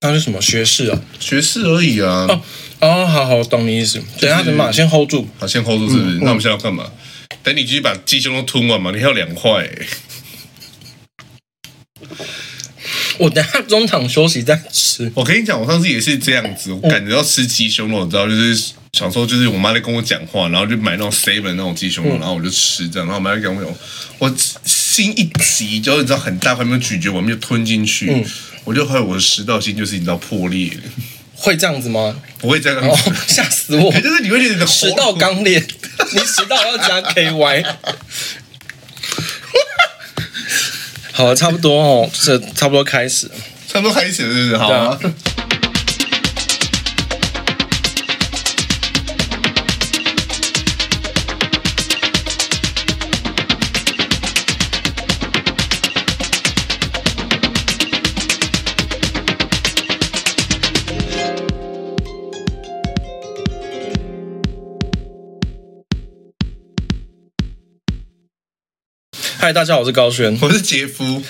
他是什么学士啊？学士而已啊。哦哦，好好懂你意思。等一下等嘛，先 hold 住。好，先 hold 住是不嗯是？那我们现在要干嘛？等你继续把鸡胸肉吞完嘛，你还有两块、欸。我等一下中场休息再吃。我跟你讲，我上次也是这样子，嗯我感觉到吃鸡胸肉，你知道，就是小时候就是我妈在跟我讲话，然后就买那种 seven 那种鸡胸嗯肉，然后我就吃这样，然后我妈就跟我讲，我心一急，然后你知道很大块没有咀嚼完，没有吞进去，嗯我就还有我的食道性就是你知道破裂， 会这样子吗？不会这样哦子，，吓死我！欸 就是你会觉得你的喉食道刚裂，你食道要加 KY。好了，差不多哦，这差不多开始了。差不多开始了，是不是？好啊。嗨，大家好，我是高轩。我是杰夫，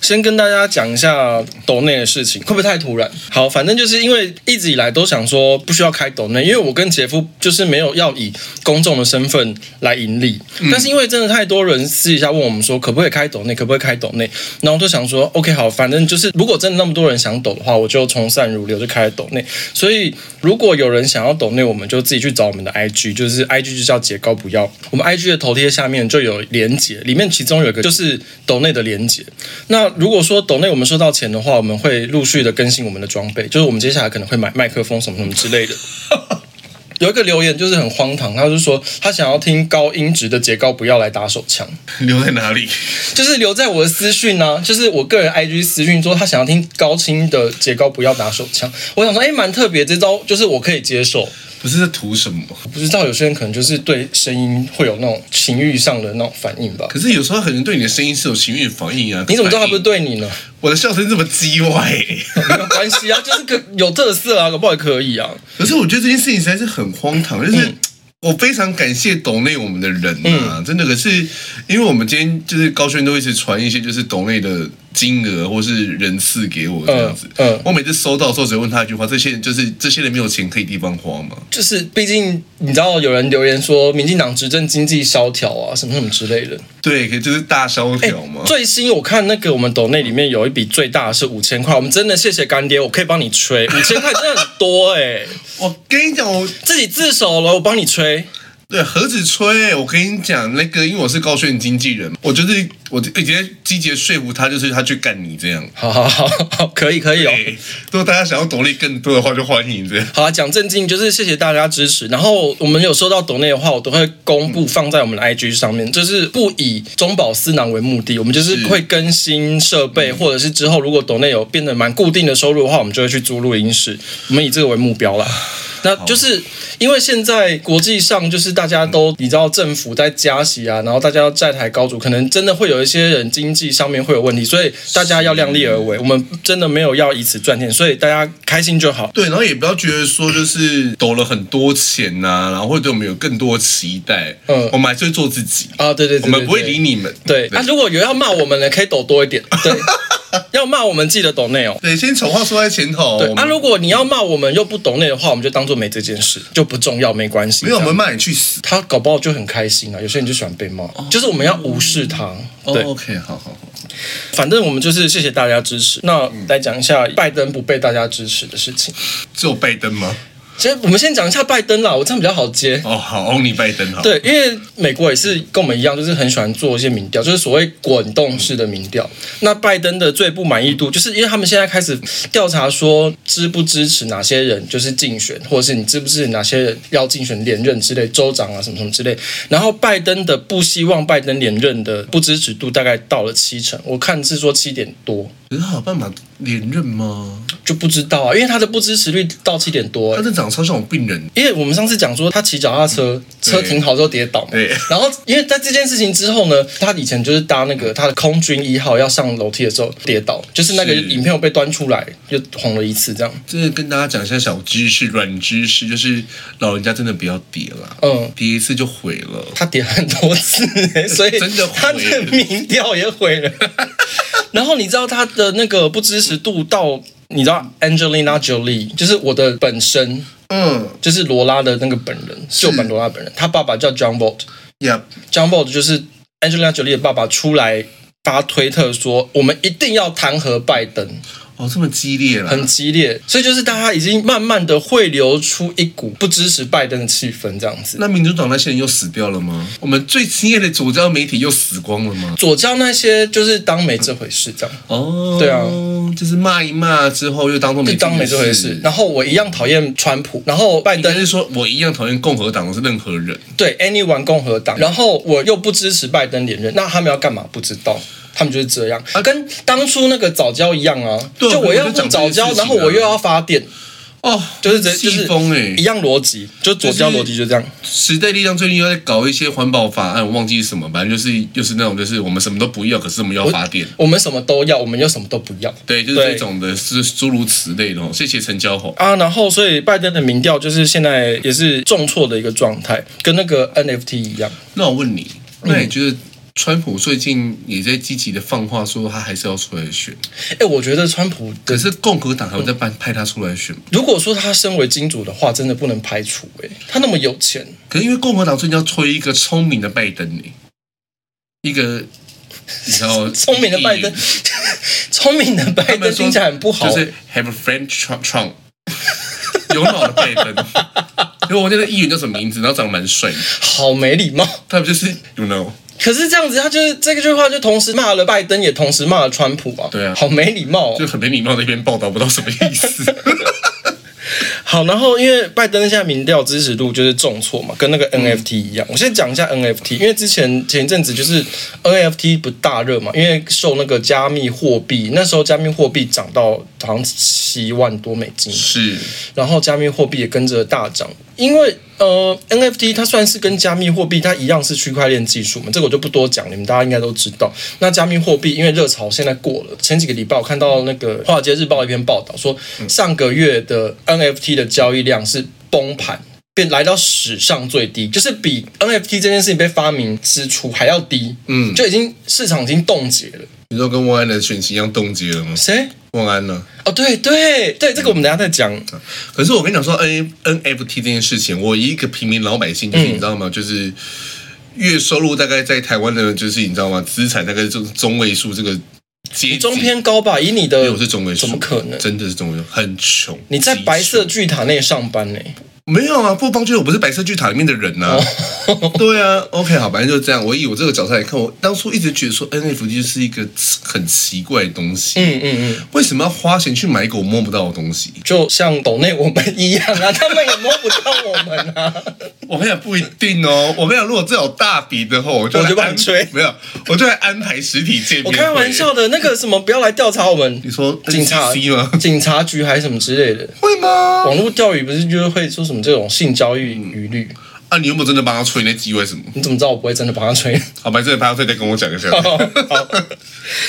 先跟大家讲一下抖内的事情，会不会太突然？好，反正就是因为一直以来都想说不需要开抖内，因为我跟杰夫就是没有要以公众的身份来盈利。但是因为真的太多人私底下问我们说可不可以开抖内，可不可以开抖内，然后就想说 OK 好，反正就是如果真的那么多人想抖的话，我就从善如流就开了抖内。所以如果有人想要抖内，我们就自己去找我们的 IG，就是 IG 就叫杰高不要。我们 IG 的头贴下面就有连结，里面其中有一个就是 E 抖内的连结。那如果说抖内我们收到钱的话，我们会陆续的更新我们的装备，就是我们接下来可能会买麦克风什么什么之类 的。有一个留言就是很荒唐，他就说他想要听高音质的杰高不要来打手枪，留在哪里？就是留在我的私讯呢、就是我个人 IG 私讯说他想要听高清的杰高不要打手枪。我想说，哎，蛮特别，这招就是我可以接受。不是在图什么？不知道有些人可能就是对声音会有那种情欲上的那种反应吧？可是有时候很多人对你的声音是有情欲反应啊。你怎么知道他不是反应？对你呢？ 我的笑声这么叽歪、 没有关系啊，就是个有特色啊，搞不好也可以啊。可是我觉得这件事情实在是很荒唐，就是。嗯我非常感谢懂内我们的人啊，真的。可是因为我们今天就是高轩都一直传一些就是懂内的金额或是人次给我这样子，嗯嗯我每次收到的时候只会问他一句话：这些人就是这些人没有钱可以地方花吗？就是毕竟你知道有人留言说，民进党执政经济萧条啊，什么什么之类的。对，可就是大萧哎条嘛。最新我看那个我们抖内里面有一笔最大的是五千块，我们真的谢谢干爹，我可以帮你吹五千块，真的很多哎、我跟你讲，我自己自首了，我帮你吹。对，何止吹！我跟你讲，那个，因为我是高炫经纪人，我就是我直接积极地说服他，就是他去干你这样。好好好好，可以可以哦。哎如果大家想要懂力更多的话，就欢迎这样。好啊，讲正经，就是谢谢大家支持。然后我们有收到抖内的话，我都会公布放在我们的 IG 上面，就是不以中饱私囊为目的，我们就是是会更新设备，或者是之后如果抖内有变得蛮固定的收入的话，我们就会去租录音室，我们以这个为目标啦。那就是因为现在国际上就是大家都你知道政府在加息啊，然后大家要债台高筑，可能真的会有一些人经济上面会有问题，所以大家要量力而为。我们真的没有要以此赚钱，所以大家开心就好。对，然后也不要觉得说就是抖了很多钱呐、然后会对我们有更多期待。嗯我们还是会做自己，啊，对对对我们不会理。你们。对对对啊，如果有要骂我们的，可以抖多一点。 对，要骂我们记得抖内哦。对，先丑话说在前头。对我们啊，如果你要骂我们又不抖内的话，我们就当做没这件事，就不重要，没关系。没有，我这们样骂你去死。他搞不好就很开心啊。有些人就喜欢被骂，就是我们要无视他。哦对， ，OK，好好好。反正我们就是谢谢大家支持。那嗯来讲一下拜登不被大家支持的事情。只有拜登吗？其实我们先讲一下拜登啦，我这样比较好接。哦，好，Only 拜登好。，对，因为美国也是跟我们一样，就是很喜欢做一些民调，就是所谓滚动式的民调。那拜登的最不满意度，就是因为他们现在开始调查说支不支持哪些人就是竞选，或者是你支不支持哪些人要竞选连任之类，州长啊什么什么之类。然后拜登的不希望拜登连任的不支持度大概到了七成，我看是说七点多。可是他有办法连任吗？就不知道啊，因为他的不支持率到七点多、他这长得超像我病人。因为我们上次讲说他骑脚踏车，车停好之后跌倒嘛嗯对。然后因为在这件事情之后呢，他以前就是搭那个他的空军一号要上楼梯的时候跌倒，就是那个是影片有被端出来，又红了一次这样。真的跟大家讲一下小知识、软知识，就是老人家真的不要叠啦，嗯叠一次就毁了。他跌很多次、 欸，所以真的毁他 的民调也毁了。然后你知道他的那个不支持度到你知道 Angelina Jolie 就是我的本身，嗯就是罗拉的那个本人，旧版罗拉本人，他爸爸叫 John Bolt，John ，Yep， Bolt 就是 Angelina Jolie 的爸爸出来。发推特说，我们一定要弹劾拜登，哦，这么激烈啦，很激烈，所以就是大家已经慢慢的汇流出一股不支持拜登的气氛，这样子。那民主党那些人又死掉了吗？我们最亲爱的左交媒体又死光了吗？左交那些就是当没这回事，这样哦，对啊，就是骂一骂之后又当做没就当没这回嗯事。然后我一样讨厌川普，然后拜但登是说我一样讨厌共和党的是任何人，对 anyone 共和党，然后我又不支持拜登连任，那他们要干嘛？不知道。他们就是这样，啊、跟当初那个早教一样啊，对就我要我就讲这早件事情教啊，然后我又要发电，哦，就是这就气是疯哎一。样逻辑，就左交就是逻辑就这样。时代力量最近又在搞一些环保法案，我忘记是什么，反正就是又是那种就是我们什么都不要，可是我们又要发电。我们什么都要，我们又什么都不要对，就是对这种的，是诸如此类的哦。谢谢陈娇红，啊。然后，所以拜登的民调就是现在也是重挫的一个状态，跟那个 NFT 一样。那我问你，嗯那你觉得川普最近也在积极的放话说他还是要出来选，哎，我觉得川普可是共和党还会再派派他出来选吗？如果说他身为金主的话，真的不能排除哎、他那么有钱，可是因为共和党最近要推一个聪明的拜登呢、一个你知道 聪明的拜登议员，聪明的拜他登们说听起来很不好、就欸。是 have a friend Trump Trump，有脑的拜登。 因为我那个议员叫什么名字，然后长得蛮帅的，好没礼貌。他们就是 you know，可是这样子，他就是这句话就同时骂了拜登，也同时骂了川普啊。对啊好没礼貌、就哦。很没礼貌的一篇报道，不知道什么意 思。好，然后因为拜登现在民调支持度就是重挫嘛，跟那个 NFT 一样。我先讲一下 NFT，因为之前前一阵子就是 NFT 不大热嘛，因为受那个加密货币，那时候加密货币涨到好像七万多美金，是，然后加密货币也跟着大涨，因为呃 NFT 它算是跟加密货币它一样是区块链技术嘛，这个我就不多讲，你们大家应该都知道。那加密货币因为热潮现在过了，前几个礼拜我看到那个《华尔街日报》一篇报道说，嗯上个月的 NFT 的交易量是崩盘。便来到史上最低，就是比 NFT 这件事情被发明之初还要低，嗯就已经市场已经冻结了。你说跟万安的选情一样冻结了吗？谁？万安呢、哦，对对对，这个我们等一下再讲。嗯可是我跟你讲说，N NFT 这件事情，我以一个平民老百姓，就是嗯你知道吗？就是月收入大概在台湾的，就是你知道吗？资产大概就是中位数这个阶级，中偏高吧，以你因为的我是中位数，怎么可能？真的是中位数，很穷。你在极穷白色巨塔内上班欸呢、没有啊？不帮助我不是白色巨塔里面的人呐、哦 对啊，OK，好，反正就是这样。我以我这个角色来看，我当初一直觉得说 NFT 就是一个很奇怪的东西。嗯嗯嗯，为什么要花钱去买一个我摸不到的东西？就像抖内我们一样啊，他们也摸不到我们啊。我跟你讲不一 定哦，我跟你讲，如果这有大笔的话，我就来我就帮你安吹没有，我就来安排实体见我面。开玩，笑的，那个什么，不要来调查我们你。说警察哦 C 吗？ 警察局还是什么之类的，会吗？网络钓鱼不是就是会说什么这种性交易疑虑？啊，你有没有真的帮他吹那机会什么？你怎么知道我不会真的帮他吹？好吧，这个他再再跟我讲一下。好好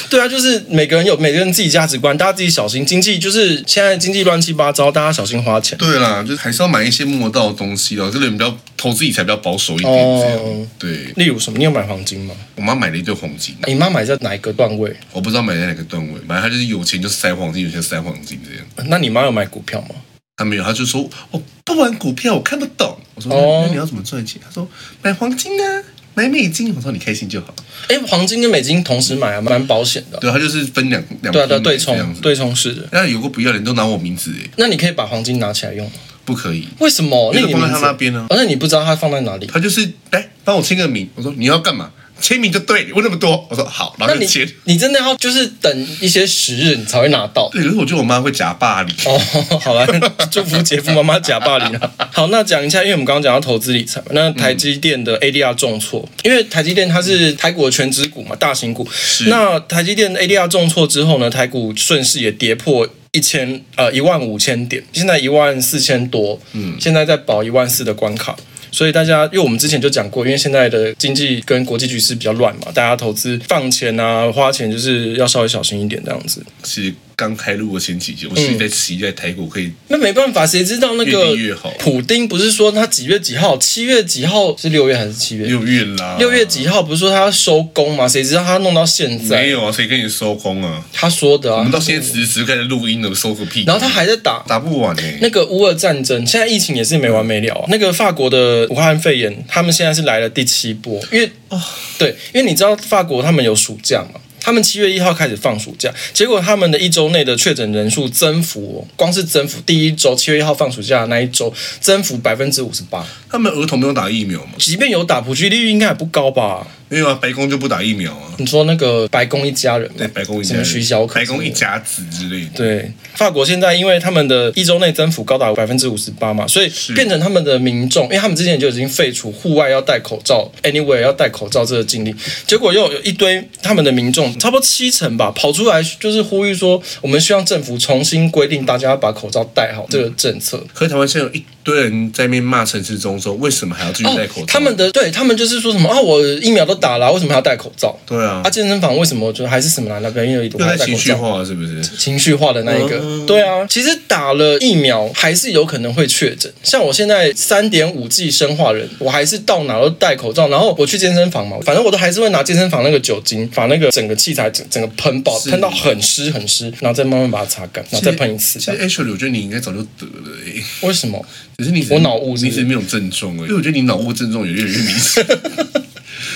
对啊，就是每个人有每个人自己价值观，大家自己小心。经济就是现在经济乱七八糟，大家小心花钱。对啦，就是还是要买一些摸得到的东西哦，这个人比较投资理财比较保守一点，这样。哦对例如什么？你有买黄金吗？我妈买了一堆黄金，你妈买在哪一个段位？我不知道买在哪个段位，反正她就是有钱就塞黄金，有钱塞黄金这样。那你妈有买股票吗？她啊没有，她就说我不玩股票，我看不懂。我说那哦那你要怎么赚钱？她说买黄金啊，买美金。我说你开心就好。哎，黄金跟美金同时买啊，蛮保险的。对，他就是分两两对啊，对啊，批对买这样冲，子。对冲式的。那有个不要脸都拿我名字哎，那你可以把黄金拿起来用吗，不可以，为什么？那因为你放在名他字那边啊呢、而且你不知道它放在哪里。他就是来帮我签个名。我说你要干嘛？签名就对，问那么多。我说好，然那后就你签。你真的要就是等一些时日你才会拿到。对，可是我觉得我妈会夹霸凌。哦，好了， 祝福杰夫妈妈假霸凌啊！好，那讲一下，因为我们刚刚讲到投资理财嘛，那台积电的 ADR 重挫，因为台积电它是台股的全指股嘛，大型股。那台积电 ADR 重挫之后呢，台股顺势也跌破。一千呃一万五千点，现在一万四千多，嗯，现在在保一万四的关卡，所以大家，因为我们之前就讲过，因为现在的经济跟国际局势比较乱嘛，大家投资放钱啊、花钱就是要稍微小心一点这样子。其实刚开录的前几集，我嗯是在期待台股可以那没办法，谁知道那越个低越好普丁不是说他几月几号？七月几号是六月还是七月？六月啦，六月几号不是说他要收工吗？谁知道他弄到现没在？有啊，谁跟你收工啊？他说的我啊们。到现在只是开始录音了，收个屁！然后他还在打打不完呢、欸，那个乌俄战争，现在疫情也是没完没了啊、那个法国的武汉肺炎，他们现在是来了第七波，因为哦，对，因为你知道法国他们有暑假嘛。他们七月一号开始放暑假，结果他们的一周内的确诊人数增幅、哦，光是增幅第一周七月一号放暑假的那一周增幅百分之五十八，他们儿童没有打疫苗吗？即便有打普及率应该也不高吧？没有啊，白宫就不打疫苗啊。你说那个白宫一家人吗，对，白宫一什家么人徐小可，白宫一家子之类的，对，法国现在因为他们的一周内增幅高达百分之五十八嘛，所以变成他们的民众，因为他们之前就已经废除户外要戴口罩，anywhere 要戴口罩这个禁令，结果又有一堆他们的民众，差不多七成吧，跑出来就是呼吁说，我们希望政府重新规定大家要把口罩戴嗯好这个政策。可是台湾现在有一堆人在那边骂陈世忠说，为什么还要继续戴口罩？哦、他们的对他们就是说什么啊，我疫苗都打了，为什么还要戴口罩？对啊啊，，健身房为什么就还是什么来那边因为一又还在要戴口情绪罩？化了是不是？情绪化的那一个。对啊，其实打了疫苗还是有可能会确诊。像我现在三点五 G 生化人，我还是到哪都戴口罩，然后我去健身房嘛，反正我都还是会拿健身房那个酒精把那个整个器材整整个喷爆，是喷到很湿很湿，然后再慢慢把它擦干，然后再喷一次。其这实样 actually 我觉得你应该早就得了、欸，为什么？只是你只是我脑雾是不是你嗯只是没有症状而已。因为我觉得你脑雾症状也越来越明显，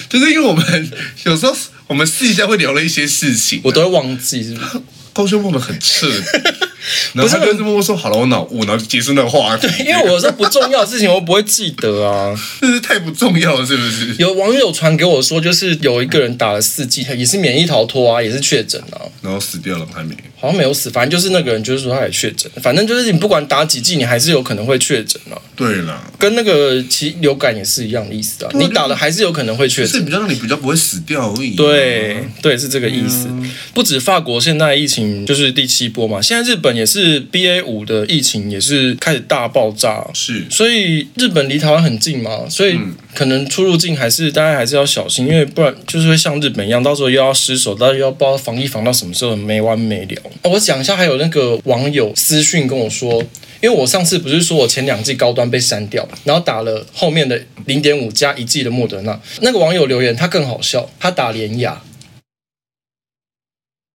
就是因为我们有时候我们私底下会聊了一些事情，我都会忘记，是不 是？高轩问的很彻底， 然后他就是默默说好了，我脑雾，然后就结束那个话题。因为我说不重要的事情，我不会记得啊。真是太不重要了，是不 是？有网友传给我说，就是有一个人打了四剂，也是免疫逃脱啊，也是确诊啊。然后死掉了还没，好像没有死，反正就是那个人，就是说他也确诊。反正就是你不管打几剂，你还是有可能会确诊啊。对啦，跟那个其流感也是一样的意思啊，你打了还是有可能会确是诊。比较让你比较不会死掉而已。对对，是这个意思。不止法国现在疫情就是第七波嘛，现在日本也是 B A 五的疫情也是开始大爆炸，是所以日本离台湾很近嘛，所以可能出入境还是大家还是要小心，因为不然就是会像日本一样，到时候又要失守，到时候又要不知道防疫防到什么时候没完没了。哦我讲一下，还有那个网友私讯跟我说。因为我上次不是说我前两季高端被删掉，然后打了后面的零点五加一季的莫德纳，那个网友留言他更好笑，他打连雅，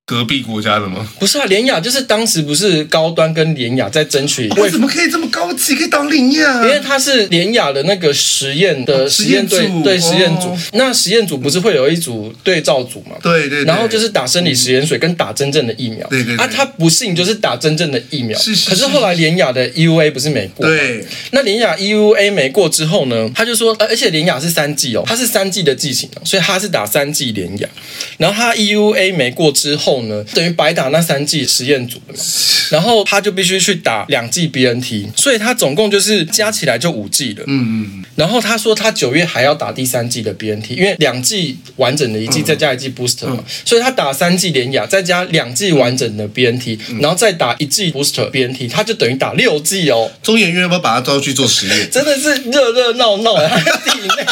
隔壁国家的吗？不是啊，连雅就是当时不是高端跟连雅在争取为卫什么可以这么高级，可以当啊领呀因？为它是联雅的那个实验的实实验验组队，对哦实验组。那实验组不是会有一组对照组嘛？对对对嗯然后就是打生理食盐水跟打真正的疫苗。对对对啊，他不信就是打真正的疫苗。是是可是后来联雅的 EUA 不是没过？。对，那联雅 EUA 没过之后呢，他就说，呃，而且联雅是三剂哦，他是三剂的剂型哦，所以他是打三剂联雅。然后他 EUA 没过之后呢，等于白打那三剂实验组了嘛。然后他就必须去打两剂 BNT，所以他总共就是加起来就五剂了。嗯嗯，然后他说他九月还要打第三剂的 BNT，因为两剂完整的一剂嗯再加一剂 booster 嘛，所以他打三剂连雅，再加两剂完整的 BNT，、然嗯后再打一剂 booster BNT，他就等于打六剂哦。中研院要不要把他招去做实验？真的是热热闹闹，啊 还有体内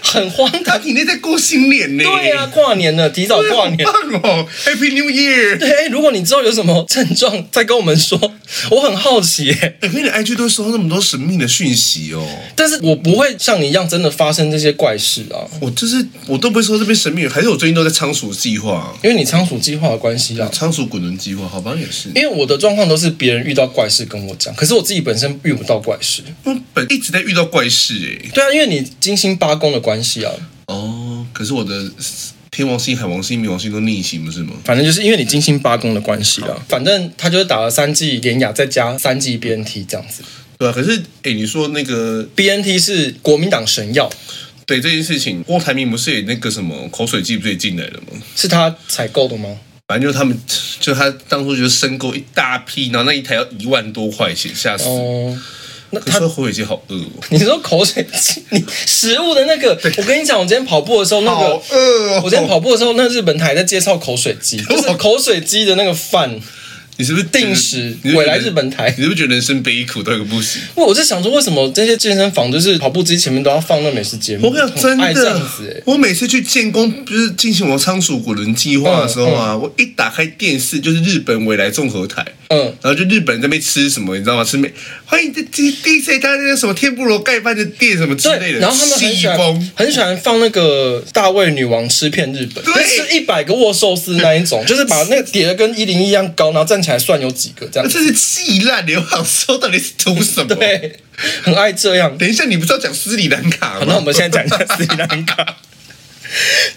很荒唐。 他体内在过新年呢。对啊，，跨年了，提早跨年。棒哦，Happy New Year！对，哎如果你知道有什么症状，再跟我们说，我很好奇耶。哎，可是你 IG 都收到那么多神秘的讯息哦。但是我不会像你一样真的发生这些怪事啊，我就是我都不会说这边神秘，还是我最近都在仓鼠计划、因为你仓鼠计划的关系啊。仓鼠滚轮计划，好吧也是，因为我的状况都是别人遇到怪事跟我讲，可是我自己本身遇不到怪事。我本一直在遇到怪事哎、对啊，因为你金星八宫的关系啊，哦，可是我的天王星、海王星、冥王星都逆行，不是吗？反正就是因为你金星八宫的关系啊，反正他就是打了三剂连雅，再加三剂 BNT 这样子。对啊，可是哎、你说那个 BNT 是国民党神药，对这件事情，郭台铭不是也那个什么口水剂不是也进来了吗？是他采购的吗？反正就是他们，就他当初就申购一大批，然后那一台要一万多块钱，吓死！哦，那可是他。口水剂好饿哦，你说口水剂，你食物的那个，我跟你讲，我今天跑步的时候，那个好饿哦！ 我今天跑步的时候，那日本台在介绍口水鸡，就是口水鸡的那个饭，你是不是觉得定时你是不是觉得未来日本台你是不是觉得人生悲苦到一个不行？我是想说，为什么这些健身房就是跑步机前面都要放那美食节目？我跟你讲，哎真很爱这的样子、，欸，我每次去建工，就是进行我仓鼠滚轮计划的时候啊，我一打开电视就是日本未来综合台，嗯然后就日本人在那边吃什么，你知道吗？吃美，欢迎这第第一他那个什么天妇罗盖饭的店什么之类对，的，然后他们很喜西欢风。很喜欢放那个大胃女王吃遍日本，对就是一百个握寿司那一种，就是把那个叠的跟一零一一样高，然后站起来算有几个这样子，这是气烂流浪说到底是图什 么？，对，很爱这样。等一下你不是要讲斯里兰卡吗？好，那我们现在讲一下斯里兰卡。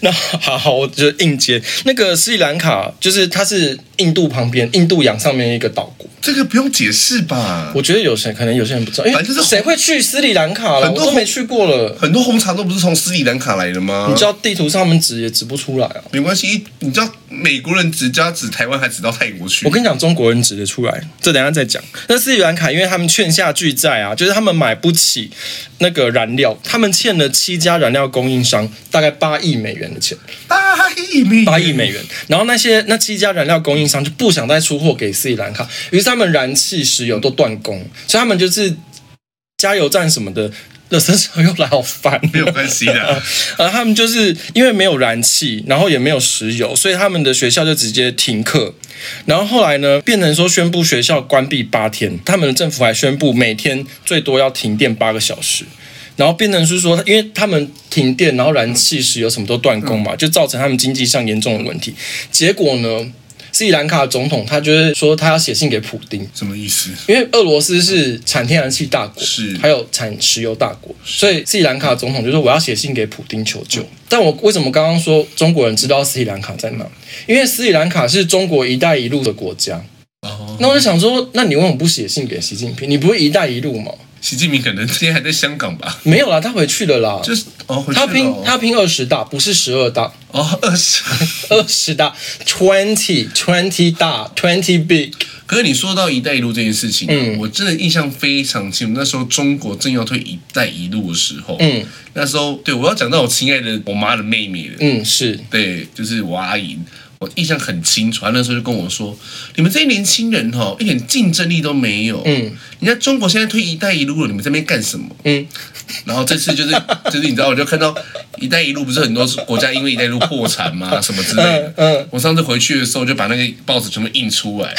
那好好，我就硬接那个斯里兰卡，就是它是印度旁边印度洋上面一个岛国。这个不用解释吧？我觉得有些可能有些人不知道，因为反正就是谁会去斯里兰卡了？很我多都没去过了。很多红茶都不是从斯里兰卡来的吗？你知道地图上他们指也指不出来啊！没关系，你知道美国人只加指台湾，还指到泰国去。我跟你讲，中国人指得出来，这等一下再讲。那斯里兰卡，因为他们欠下巨债啊，就是他们买不起那个燃料，他们欠了七家燃料供应商大概八亿美元的钱。八亿美元八亿美元。然后那些那七家燃料供应商就不想再出货给斯里兰卡，于是他们燃气、石油都断供，所以他们就是加油站什么的。垃圾车又来好烦哦，没有关系 的呃，他们就是因为没有燃气，然后也没有石油，所以他们的学校就直接停课。然后后来呢，变成说宣布学校关闭八天，他们的政府还宣布每天最多要停电八个小时。然后变成是说，因为他们停电，然后燃气、石油什么都断供嘛，就造成他们经济上严重的问题。结果呢，斯里兰卡总统他就是说他要写信给普丁，什么意思？因为俄罗斯是产天然气大国，是还有产石油大国，所以斯里兰卡总统就说我要写信给普丁求嗯救。但我为什么刚刚说中国人知道斯里兰卡在哪？因为斯里兰卡是中国“一带一路”的国家。哦，那我就想说，那你为什么不写信给习近平？你不是“一带一路”吗？习近平可能今天还在香港吧？没有啦，他回去了啦。就是哦，回去了他拼哦他拼二十大，不是十二大，哦二十。二十大 twenty twenty 大 twenty big。可是你说到“一带一路”这件事情，啊我真的印象非常清楚。那时候中国正要推“一带一路”的时候，嗯，那时候对我要讲到我亲爱的我妈的妹妹了，嗯，是对，就是我阿姨，我印象很清楚。她那时候就跟我说：“你们这些年轻人哈、一点竞争力都没有。嗯，人家中国现在推‘一带一路’了，你们这边干什么？”嗯，然后这次就是就是你知道，我就看到“一带一路”不是很多国家因为“一带一路”破产嘛，什么之类的。嗯嗯我上次回去的时候就把那个报纸全部印出 来，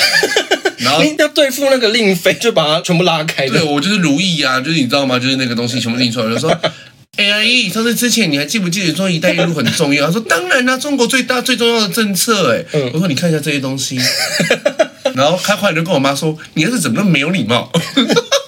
然后你要对付那个令妃，就把他全部拉开的对。我就是如意啊，就是你知道吗？就是那个东西全部印出来，我就说。哎、阿姨，上次之前你还记不记得说“一带一路”很重要？他说：“当然啦、啊中国最大最重要的政策。”哎，嗯我说：“你看一下这些东西。”然后他后来就跟我妈说：“你儿子怎么那么没有礼貌？”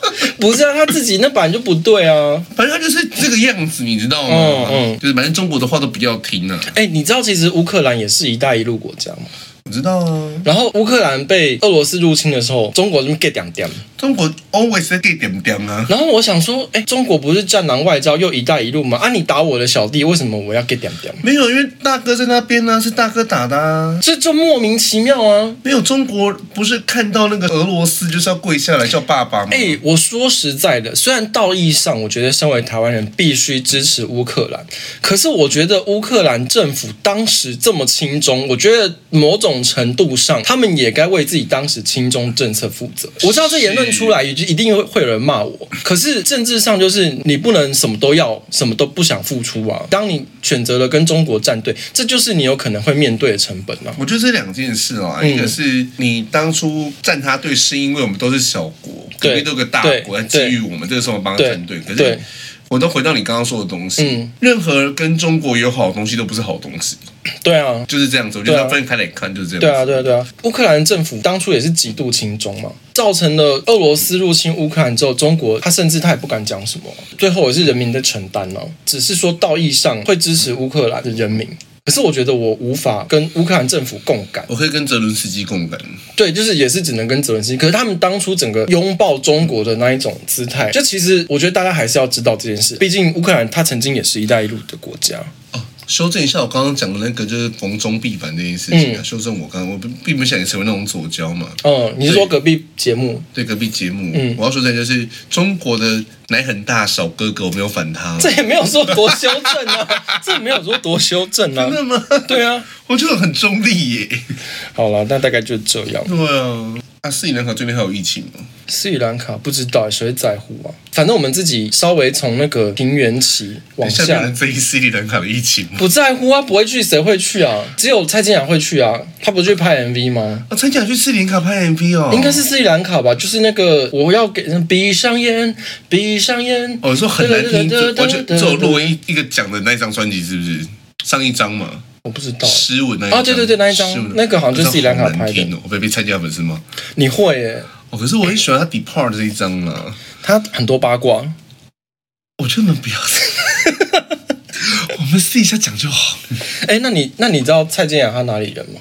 不是啊，他自己那版就不对啊。反正他就是这个样子，你知道吗？嗯嗯就是反正中国的话都不要听啊。哎、你知道其实乌克兰也是一带一路国家吗？我知道啊，然后乌克兰被俄罗斯入侵的时候，中国这边 get 两点。中国 always 在给点点啊。然后我想说，哎、中国不是战狼外交又一带一路吗？啊，你打我的小弟，为什么我要 get 两点？没有，因为大哥在那边呢、是大哥打的、啊。这就莫名其妙啊！没有，中国不是看到那个俄罗斯就是要跪下来叫爸爸吗？哎、我说实在的，虽然道义上我觉得身为台湾人必须支持乌克兰，可是我觉得乌克兰政府当时这么轻中，我觉得某种程度上他们也该为自己当时轻中政策负责。我知道这言论出来，也就一定会会有人骂我，可是政治上就是你不能什么都要，什么都不想付出啊。当你选择了跟中国站队，这就是你有可能会面对的成本啊。我觉得这两件事啊，嗯一个是你当初站他队，是因为我们都是小国，对隔壁都有个大国，对基于我们这个时候帮他站队。可对是对我都回到你刚刚说的东西嗯，任何跟中国友好的东西都不是好东西，对啊，就是这样子。我觉得对啊要分开来看，就是这样。对啊，对啊，，对啊！乌克兰政府当初也是极度轻中嘛，造成了俄罗斯入侵乌克兰之后，中国他甚至他也不敢讲什么，最后也是人民的承担哦、只是说道义上会支持乌克兰的人民，可是我觉得我无法跟乌克兰政府共感，我可以跟泽伦斯基共感。对，就是也是只能跟泽连斯基。可是他们当初整个拥抱中国的那一种姿态，就其实我觉得大家还是要知道这件事，毕竟乌克兰它曾经也是一带一路的国家。哦，修正一下我刚刚讲的那个，就是逢中必反这件事情啊。修正我刚刚，我并并不想成为那种左交嘛。嗯，你是说隔壁节目？对隔壁节目，嗯我要说的就是中国的奶很大小哥哥，我没有反他。这也没有说多修正啊，这没有说多修正啊真。的吗？对啊，我觉得很中立耶。好了，那大概就这样。对啊，啊，斯里兰卡最近还有疫情吗？斯里兰卡不知道谁在乎啊，反正我们自己稍微从那个平原期往下下面人在意斯里兰卡的疫情吗？不在乎啊，不会去谁会去啊？只有蔡健雅会去啊，她不是去拍 MV 吗？啊，陈甲去斯里兰卡拍 MV 哦，应该是斯里兰卡吧，就是那个我要给人闭上眼，闭上眼。哦，说很难对听，就对完对全对这对首对录音一个讲的那张专辑是不是上一张嘛？我不知道，诗文那一啊对对对那一张诗文那个好像就是斯里兰卡拍的那张好难听哦我被被参加粉丝吗？你会耶？哦，可是我很喜欢他 Depart 这一张啦，他很多八卦，我觉得你们不要， 我们私底下讲就好。哎，那你那你知道蔡健雅她哪里人吗？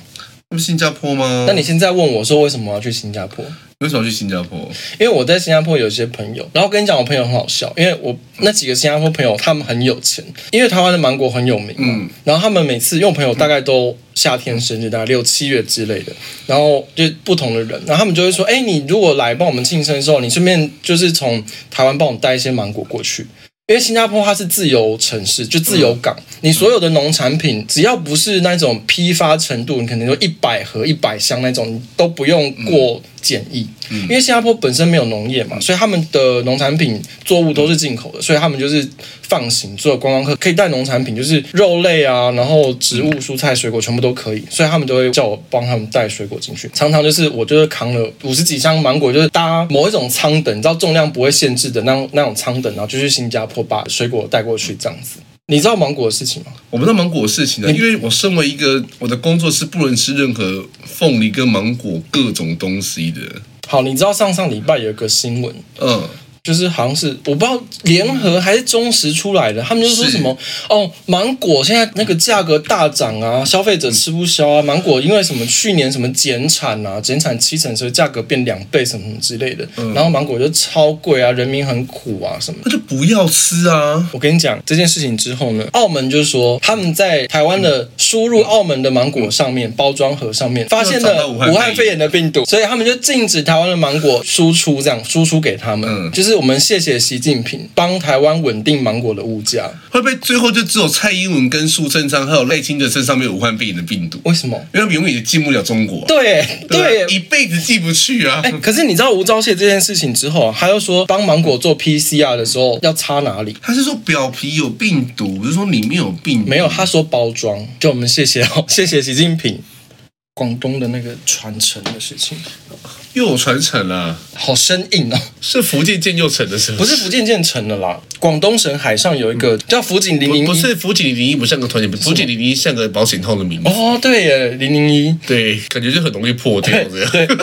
那不新加坡吗？那你现在问我说为什么要去新加坡？为什么要去新加坡？因为我在新加坡有一些朋友，然后我跟你讲，我朋友很好笑，因为我那几个新加坡朋友他们很有钱，因为台湾的芒果很有名嘛，嗯然后他们每次，因为我朋友大概都夏天生日，大概六七月之类的，然后就不同的人，然后他们就会说，哎，你如果来帮我们庆生的时候，你顺便就是从台湾帮我们带一些芒果过去。因为新加坡它是自由城市，就自由港，你所有的农产品只要不是那种批发程度，你可能说一百盒、一百箱那种，你都不用过检疫。因为新加坡本身没有农业嘛，所以他们的农产品作物都是进口的，所以他们就是放行，所有观光客可以带农产品，就是肉类啊，然后植物、蔬菜、水果全部都可以，所以他们都会叫我帮他们带水果进去。常常就是我就是扛了五十几箱芒果，就是搭某一种舱等，你知道重量不会限制的那种那种舱等，然后就去新加坡把水果带过去这样子。你知道芒果的事情吗？我不知道芒果的事情呢，因为我身为一个我的工作是不能吃任何凤梨跟芒果各种东西的。好，你知道上上礼拜有一个新闻，嗯，就是好像是我不知道联合还是中实出来的，他们就说是什么哦，芒果现在那个价格大涨啊，消费者吃不消啊，芒果因为什么去年什么减产啊，减产七成，所以价格变两倍什么什么之类的，然后芒果就超贵啊，人民很苦啊什么的。那就不要吃啊。我跟你讲这件事情之后呢，澳门就是说他们在台湾的输入澳门的芒果上面、包装盒上面发现又找了到武汉肺炎武汉肺炎的病毒，所以他们就禁止台湾的芒果输出，这样输出给他们。嗯就是我们谢谢习近平帮台湾稳定芒果的物价。会不会最后就只有蔡英文跟苏贞昌还有赖清德身上面有武汉肺炎的病毒？为什么？因为他们永远也进不了中国、啊，对耶对耶啊，一辈子进不去啊。哎、可是你知道吴钊燮这件事情之后啊，他又说帮芒果做 PCR 的时候要插哪里？他是说表皮有病毒，不是说里面有病毒。没有，他说包装。就我们谢谢 哦，谢谢习近平，广东的那个传承的事情，又有传承啊，好生硬哦。是福建建又城的是嗯不是福建建成的啦，广东省海上有一个叫福井零零一，不是福建零零一不像个团体，福建零零一像个保险套的名字。哦，对耶，零零一，对，感觉就很容易破掉这样。对。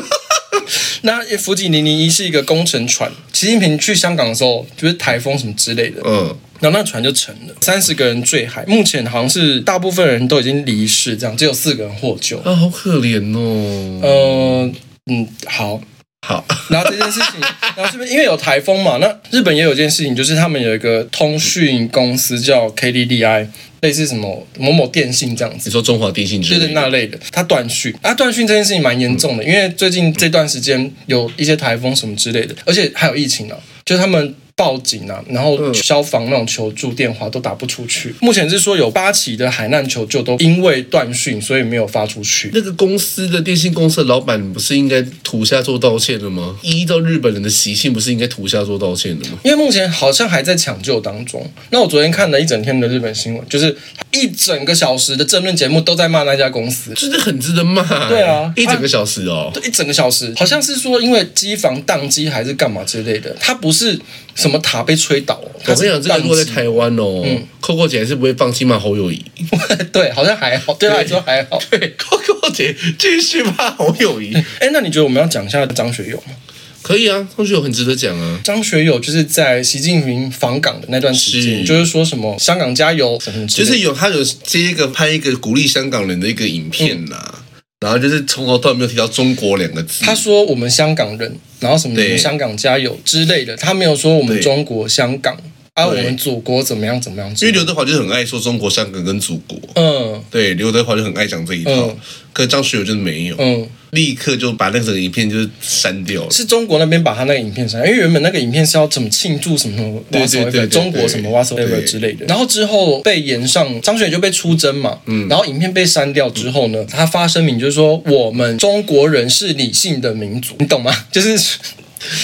那福井零零一是一个工程船，习近平去香港的时候，就是台风什么之类的，嗯，然后那船就沉了，三十个人坠海，目前好像是大部分人都已经离世，这样只有四个人获救。啊，好可怜哦。呃，嗯，好，好， 然后这件事情， 然后这边因为有台风嘛，那日本也有一件事情，就是他们有一个通讯公司叫 KDDI，类似什么某某电信这样子你。说中华电信就之是类的那类的，它断讯啊，断讯这件事情蛮严重的，因为最近这段时间有一些台风什么之类的，而且还有疫情啊，就是他们报警啊，然后消防那种求助电话都打不出去。目前是说有八起的海难求救都因为断讯，所以没有发出去。那个公司的电信公司的老板不是应该土下做道歉的吗？依照日本人的习性，不是应该土下做道歉的吗？因为目前好像还在抢救当中。那我昨天看了一整天的日本新闻，就是一整个小时的争论节目都在骂那家公司，真的很值得骂、欸对啊一整个小时哦。一整个小时，好像是说因为机房宕机还是干嘛之类的，它不是什么塔被吹倒哦，它我是跟你讲，这个如果在宕机。台湾哦、c o c o 姐还是不会放弃骂侯友谊。 对，好像还好，对他来说还好。 对，Coco 姐继续骂侯友谊，哎，那你觉得我们要讲一下张学友吗？ 可以啊，同学有很值得讲啊。张学友就是在习近平访港的那段时间，是就是说什么香港加油什么之 就类的，是有他有接一个拍一个鼓励香港人的一个影片啦、然后就是从头到尾没有提到中国两个字。他说我们香港人，然后什么对你们香港加油之类的，他没有说我们对中国香港。啊，我对们祖国怎么样怎么样？因为刘德华就是很爱说中国香港跟祖国，嗯对，刘德华就很爱讲这一套，嗯可张学友就是没有，嗯，立刻就把那整个影片就是删掉了。是中国那边把他那个影片删，因为原本那个影片是要怎么庆祝什么什么对对 whatsoever，对对中国什么对对 whatsoever 之类的。然后之后被延上，张学友就被出征嘛，嗯，然后影片被删掉之后呢，他发声明就是说我们中国人是理性的民族，你懂吗？ 就是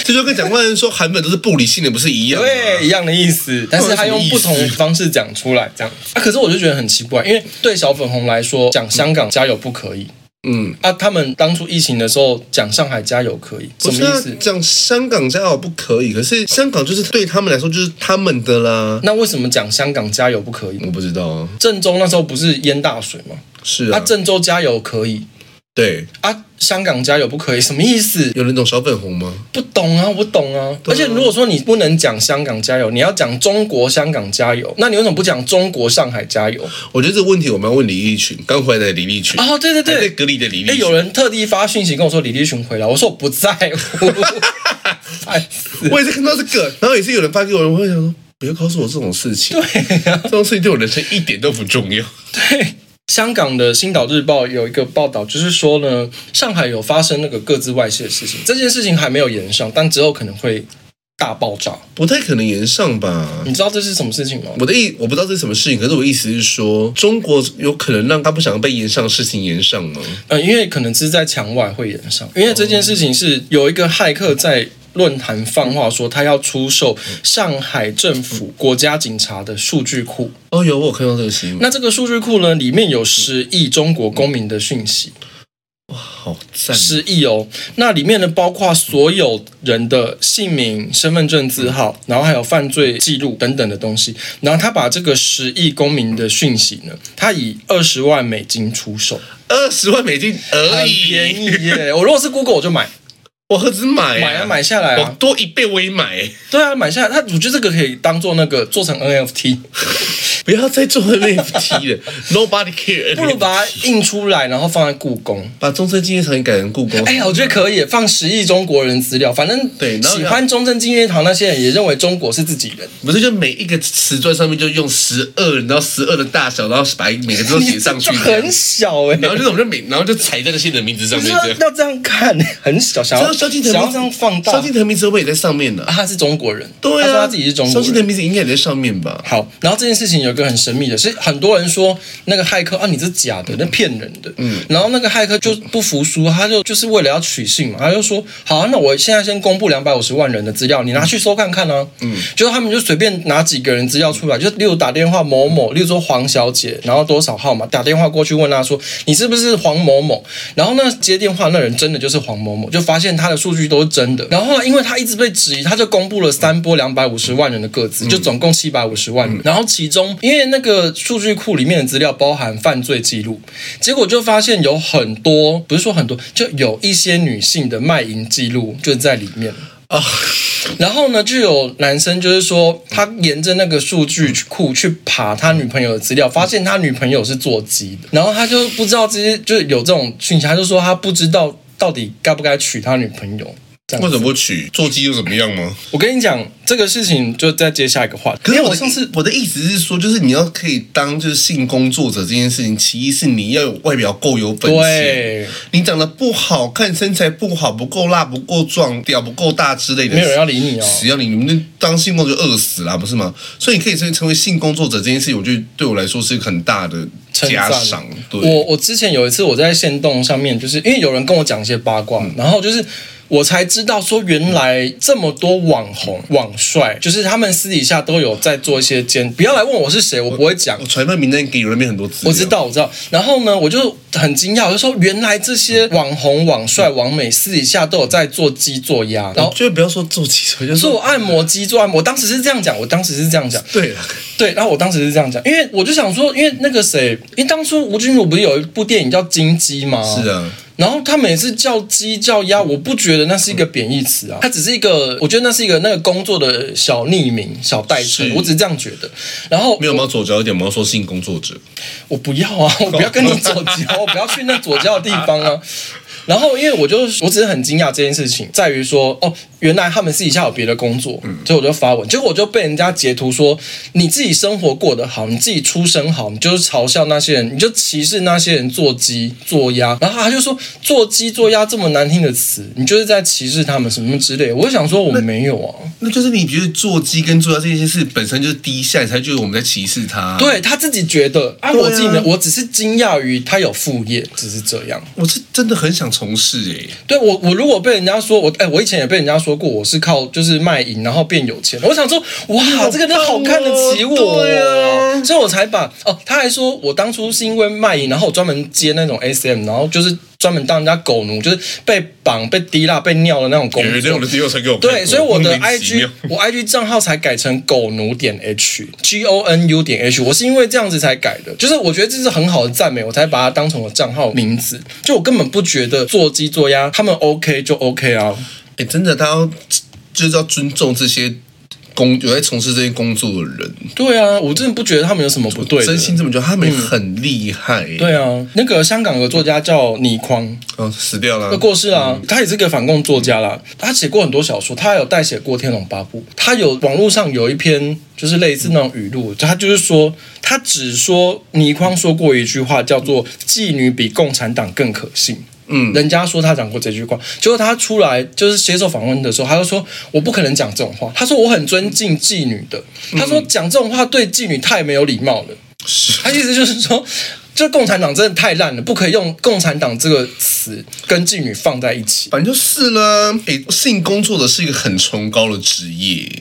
这就跟蒋万安说韩粉都是不理性的，不是一样吗？对，一样的意思，但是他用不同的方式讲出来，这样啊。可是我就觉得很奇怪，因为对小粉红来说，讲香港加油不可以嗯，啊，他们当初疫情的时候讲上海加油可以，什不么是啊意思？讲香港加油不可以，可是香港就是对他们来说就是他们的啦。那为什么讲香港加油不可以？我不知道啊，郑州那时候不是淹大水吗？是啊，啊，郑州加油可以对，啊，香港加油不可以，什么意思？有人懂小粉红吗？不懂啊，我懂啊。而且如果说你不能讲香港加油，你要讲中国香港加油，那你为什么不讲中国上海加油？我觉得这个问题我们要问李立群，刚回来的李立群，哦，对对对，还在隔离的李立哎、群，有人特地发讯息跟我说李立群回来，我说我不在乎，哎烦死。 我也是看到这个，然后也是有人发给我，我会想说不要告诉我这种事情，对呀、这种事情对我人生一点都不重要。对。香港的《星岛日报》有一个报道，就是说呢，上海有发生那个各自外泄的事情，这件事情还没有延上，但之后可能会大爆炸。不太可能延上吧？你知道这是什么事情吗？我的意我不知道这是什么事情，可是我意思是说，中国有可能让他不想被延上的事情延上吗？呃，因为可能只是在墙外会延上，因为这件事情是有一个骇客在论坛放话说他要出售上海政府国家警察的数据库，哦，有我有看到这个新闻，那这个数据库呢，里面有十亿中国公民的讯息，好赞！十亿哦。那里面呢，包括所有人的姓名、身份证字号，然后还有犯罪记录等等的东西。然后他把这个十亿公民的讯息呢，他以二十万美金出售，二十万美金而很已，便宜耶！我如果是 Google 我就买，我何止买、啊、买啊买下来我啊，多一倍我 也买，对啊，买下来。他我觉得这个可以当做那个做成 NFT，不要再做 NFT 了，Nobody care，不如把它印出来，然后放在故宫。把终身纪念堂也改成故宫。哎呀，我觉得可以放十亿中国人资料，反正对然后喜欢中正纪念堂那些人也认为中国是自己人，不是，就每一个瓷砖上面就用十二，然后十二的大小，然后把每个字都写 上去就，很小哎、然后就是我们就每，然后就踩在那些人名字上不是面。要这样要这样看，很小，想要像萧敬腾想名字，要这样放大。萧敬腾名字会不会也在上面呢、啊他是中国人，对啊，他说他自己是中萧国敬人。腾名字应该也在上面吧？好，然后这件事情有一个很神秘的，是很多人说那个骇客啊，你这假的，那骗人的。嗯，然后那个骇客就不服输，他就就是为了要取信嘛，他就说好、啊，那我现在先公布两百五十万人的资料，你拿去搜看看啊。嗯，就是他们就随便拿几个人资料出来，就例如打电话某某，例如说黄小姐，然后多少号码，打电话过去问她说你是不是黄某某，然后呢接电话那人真的就是黄某某，就发现他的数据都是真的。然后后来因为他一直被质疑，他就公布了三波两百五十万人的个资，就总共七百五十万人。然后其中因为那个数据库里面的资料包含犯罪记录，结果就发现有很多，不是说很多，就有一些女性的卖淫记录就在里面。啊， 然后呢，就有男生就是说，他沿着那个数据库去爬他女朋友的资料，发现他女朋友是做鸡的，然后他就不知道这些就是有这种讯息，他就说他不知道到底该不该娶他女朋友。这为样，什么不取？座机又怎么样吗？我跟你讲这个事情，就再接下一个话题。可是因为我我的上次我的意思是说，就是你要可以当就是性工作者这件事情，其一是你要有外表够有本钱，对，你长得不好看，身材不好，不够辣，不够壮，屌不够大之类的，没有人要理你哦。只要你你们那当性工作者就饿死了，不是吗？所以你可以成成为性工作者这件事情，我觉得对我来说是很大的称嘉赞赏。对，我我之前有一次我在线动上面，就是因为有人跟我讲一些八卦，然后就是我才知道说原来这么多网红网帅，就是他们私底下都有在做一些奸，不要来问我是谁，我不会讲我。传份名单给有那边很多资料，我知。道，我知道。然后呢，我就很惊讶，我就说，原来这些网红、网帅、网美私底下都有在做鸡做鸭，然后就不要说做基础，就是做按摩机做按摩。我当时是这样讲，我当时是这样讲。对了，对，然后我当时是这样讲，因为我就想说，因为那个谁，因为当初吴君如不是有一部电影叫《金鸡》吗？是。啊，然后他每次叫鸡叫鸭，我不觉得那是一个贬义词啊，它只是一个，我觉得那是一个那个工作的小匿名、小代称是，我只是这样觉得。然后没有我们要左脚一点，我们要说性工作者。 我不要啊，我不要跟你左交，我不要去那左交的地方啊。然后因为我就我只是很惊讶这件事情，在于说哦，原来他们私底下有别的工作，嗯所以我就发文，结果我就被人家截图说你自己生活过得好，你自己出身好，你就是嘲笑那些人，你就歧视那些人做鸡做鸭，然后他就说做鸡做鸭这么难听的词，你就是在歧视他们什么之类的。我就想说我们没有啊，那就是你觉得做鸡跟做鸭这件事本身就是低下，你才觉得我们在歧视他。，对他自己觉得啊，对啊我自己呢，我只是惊讶于他有副业，只是这样。我是真的很想从事诶、对我，我如果被人家说我，哎、我以前也被人家说过，我是靠就是卖淫然后变有钱。我想说，哇，这个人好看得起我，哦哦对啊所以我才把哦，他还说我当初是因为卖淫，然后我专门接那种 SM，然后就是专门当人家狗奴，就是被绑、被滴蜡、被尿的那种工有人作用。的肌肉才哎给我看过对，所以我的莫名其 IG 妙我 IG 账号才改成狗奴点 H G O N U 点 H，我是因为这样子才改的，就是我觉得这是很好的赞美，我才把它当成我账号名字。就我根本不觉得做鸡做鸭，他们 OK 就 OK 啊。哎、真的，他要就是要尊重这些工有在从事这些工作的人，对啊，我真的不觉得他们有什么不对的嗯真心这么觉得，他们很厉害、欸。，对啊，那个香港有个作家叫倪匡，哦，死掉了呃，。过世啦、他也是个反共作家啦。他写过很多小说，他还有代写过《天龙八部》。他有网络上有一篇就是类似那种语录，他就是说，他只说倪匡说过一句话，叫做“妓女比共产党更可信”。嗯人家说他讲过这句话，结果他出来就是接受访问的时候，他就说：“我不可能讲这种话。”他说：“我很尊敬妓女的。”他说：“讲这种话对妓女太没有礼貌了。”是他意思就是说， 就共产党真的太烂了，不可以用“共产党”这个词跟妓女放在一起。反正就是啦。哎、性工作者是一个很崇高的职业。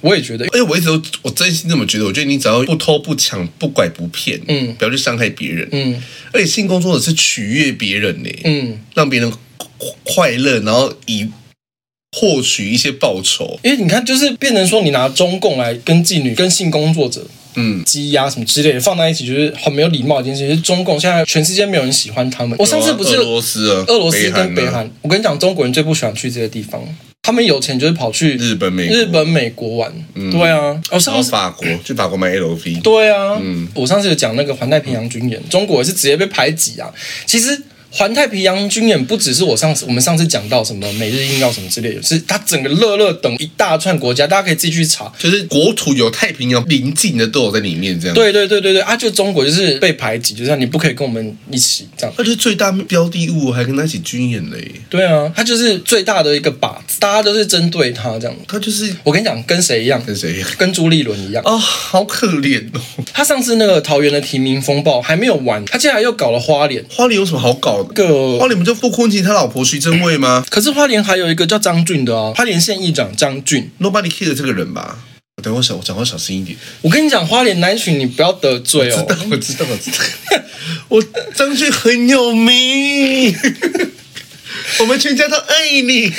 我也觉得，而且我一直都，我真心这么觉得。我觉得你只要不偷不抢不拐不骗，嗯不要去伤害别人，嗯。而且性工作者是取悦别人呢、嗯，让别人快快乐，然后以获取一些报酬。因为你看，就是变成说，你拿中共来跟妓女、跟性工作者、嗯，鸡鸭什么之类的放在一起，就是很没有礼貌的一件事。就是中共现在全世界没有人喜欢他们。我上次不是有啊俄罗斯啊，俄罗斯跟北北啊韩，我跟你讲，中国人最不喜欢去这些地方，他们有钱就是跑去日本、美国、日本、美国玩。嗯对啊，哦，然上后次法国，去法国买 LV。对啊，我上次有讲那个环太平洋军演，中国也是直接被排挤啊。其实环太平洋军演不只是我上次我们上次讲到什么美日印澳什么之类的，是它整个乐乐等一大串国家，大家可以自己去查。就是国土有太平洋邻近的都有在里面，这样。，对对对对对啊！就中国就是被排挤，就是啊你不可以跟我们一起这样。那就是最大标的物，还跟他一起军演嘞。对啊，它就是最大的一个靶子，大家都是针对它这样。他就是我跟你讲，跟谁一样？跟谁？跟朱立伦一样。哦，好可怜哦！他上次那个桃园的提名风暴还没有完，他竟然又搞了花莲。花莲有什么好搞的？个花莲不就傅昆萁他老婆徐正蔚吗可是花莲还有一个叫张俊的啊，花莲县议长张俊。 ？Nobody care 这个人吧？等我小，我讲话小心一点。我跟你讲，花莲南巡你不要得罪知哦。道，我知道，我知道。 我张俊很有名， 我们全家都爱你。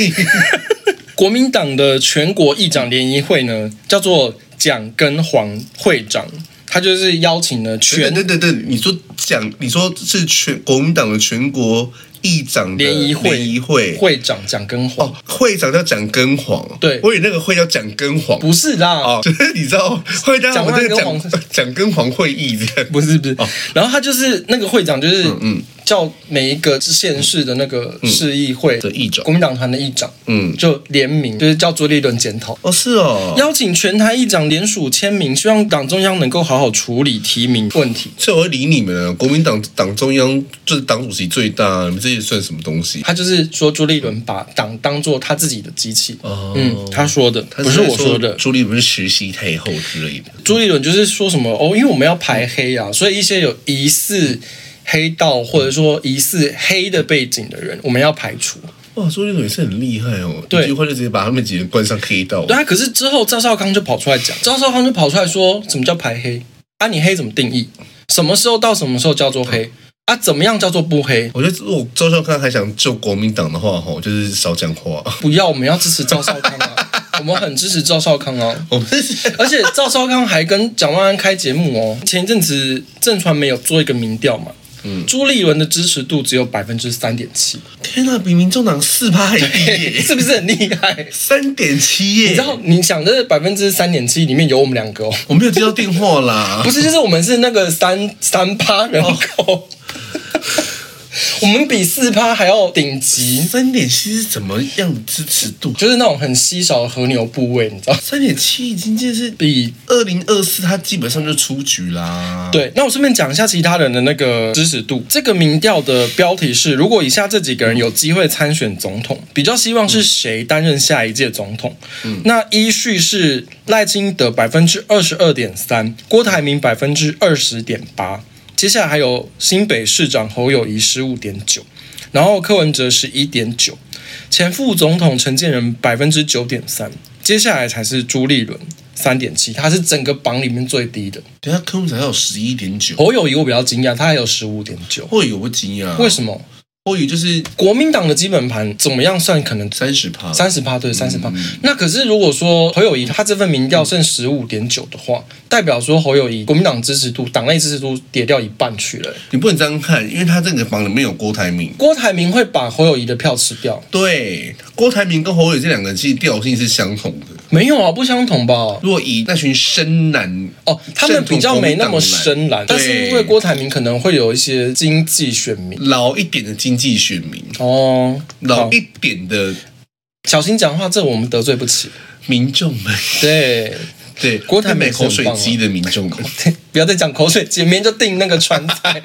国民党的全国议长联谊会呢，叫做蒋跟黄会长，他就是邀请了全对对对，你说讲，你说是全国民党的全国议长的联谊会联谊会会长蒋跟黄，哦，会长叫蒋根黄，对我以为那个会叫蒋根黄。不是啦，哦， 就是你知道，会叫我们这个蒋万蒋根蒋根黄会议这样，不是不是。哦然后他就是那个会长，就是嗯叫每一个县市的那个市议会的议长国民党团的议长，嗯就联名，就是叫朱立伦检讨。哦是哦，邀请全台议长联署签名，希望党中央能够好好处理提名问题。所以我会理你们啊，国民党党中央就是党主席最大，你们这些算什么东西？他就是说朱立伦把党当做他自己的机器。哦嗯，他说的他不是我说的。朱立伦是实习太后之类的，朱立伦就是说什么哦，因为我们要排黑啊，所以一些有疑似黑道或者说疑似黑的背景的人，我们要排除。哇，朱立伦也是很厉害哦，对一句话就直接把他们几个人关上黑道，对啊，可是之后赵少康就跑出来讲，赵少康就跑出来说，什么叫排黑？啊，你黑怎么定义？什么时候到什么时候叫做黑？啊，怎么样叫做不黑？我觉得如果周少康还想救国民党的话，吼，就是少讲话。不要，我们要支持赵少康啊，我们很支持赵少康啊。我们是而且赵少康还跟蒋万安开节目哦。前一阵子郑传媒有做一个民调嘛，朱立伦的支持度只有百分之三点七，天哪、比民众党四趴还低耶，是不是很厉害？三点七耶！你知道，你想这百分之三点七里面有我们两个哦，我没有接到电话啦不，是，就是我们是那个三三趴人口。 我们比四趴还要顶级，三点七是怎么样的支持度？就是那种很稀少的和牛部位，你知道吗？三点七已经就是比二零二四，它基本上就出局啦。，对，那我顺便讲一下其他人的那个支持度。这个民调的标题是：如果以下这几个人有机会参选总统，比较希望是谁担任下一届总统？那依序是赖清德百分之二十二点三，郭台铭百分之二十点八，接下来还有新北市长侯友谊十五点九，然后柯文哲十一点九，前副总统陈建仁百分之九点三，接下来才是朱立伦。三点七，他是整个榜里面最低的。等一下科目才有十一点九，侯友谊我比较惊讶，他还有十五点九，会有不惊讶？为什么？会有就是国民党的基本盘怎么样算？可能三十趴，三十趴，对，三十趴。嗯那可是如果说侯友谊他这份民调剩十五点九的话，代表说侯友谊国民党支持度、党内支持度跌掉一半去了、你不能这样看，因为他这个榜里面有郭台铭。郭台铭会把侯友谊的票吃掉？对，郭台铭跟侯友这两个人其实调性是相同的。没有啊，不相同吧？如果以那群深蓝哦，他们比较没那么深蓝，正统国民党来但是因为郭台铭可能会有一些经济选民老一点的经济选民，哦。老好一点的小心讲话，这我们得罪不起。民众们，对， 对，郭台铭美口水鸡的民 众们，不要再讲口水，前面就定那个川菜。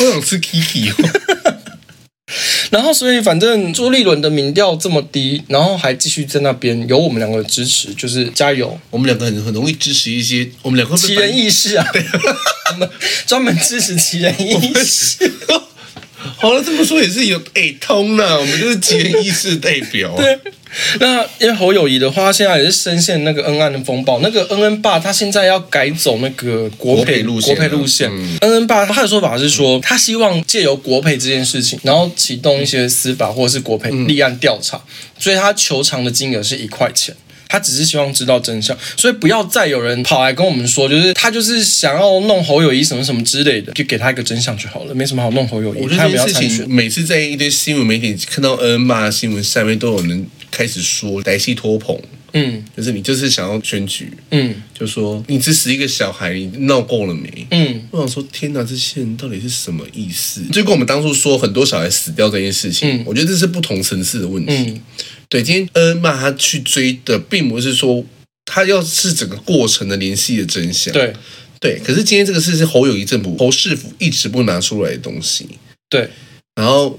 我想吃 Kiki 哦。然后，所以反正朱立伦的民调这么低，然后还继续在那边有我们两个的支持，就是加油， 我们两个很很容易支持一些，我们两个会奇被反人异事啊！ 我们专门支持奇人异事。好了，这么说也是有哎、通了，我们就是吉人异事代表。啊 对，那因为侯友谊的话，他现在也是深陷那个恩恩的风暴。那个恩恩爸他现在要改走那个国国培培路线国嗯培路线。恩恩爸他的说法是说，他希望借由国培这件事情，然后启动一些司法或者是国培嗯立案调查，所以他求偿的金额是一块钱。他只是希望知道真相，所以不要再有人跑来跟我们说，就是他就是想要弄侯友谊什么什么之类的，就给他一个真相就好了，没什么好弄侯友谊我。觉他得也不这要件参事选情，。每次在一堆新闻媒体看到恩骂的新闻上面，都有人开始说歹戏拖棚，嗯就是你就是想要选举，嗯就说你支持一个小孩，你闹够了没？嗯，我想说，天哪，这些人到底是什么意思？就跟我们当初说很多小孩死掉这件事情，嗯我觉得这是不同层次的问题。嗯对，今天恩骂他去追的，并不是说他要是整个过程的联系的真相。对对，可是今天这个事是侯友谊政府、侯市府一直不拿出来的东西，对。然后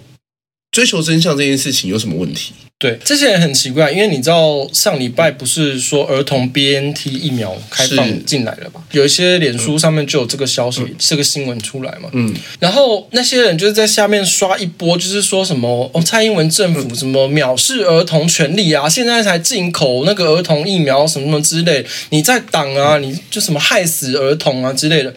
追求真相这件事情有什么问题？对，这些人很奇怪，因为你知道上礼拜不是说儿童 BNT 疫苗开放是进来了吧？有一些脸书上面就有这个消息，这个新闻出来嘛。嗯，然后那些人就是在下面刷一波，就是说什么哦，蔡英文政嗯府什么藐视儿童权利啊，现在才进口那个儿童疫苗什么什么之类，你在挡啊，嗯你就什么害死儿童啊之类的。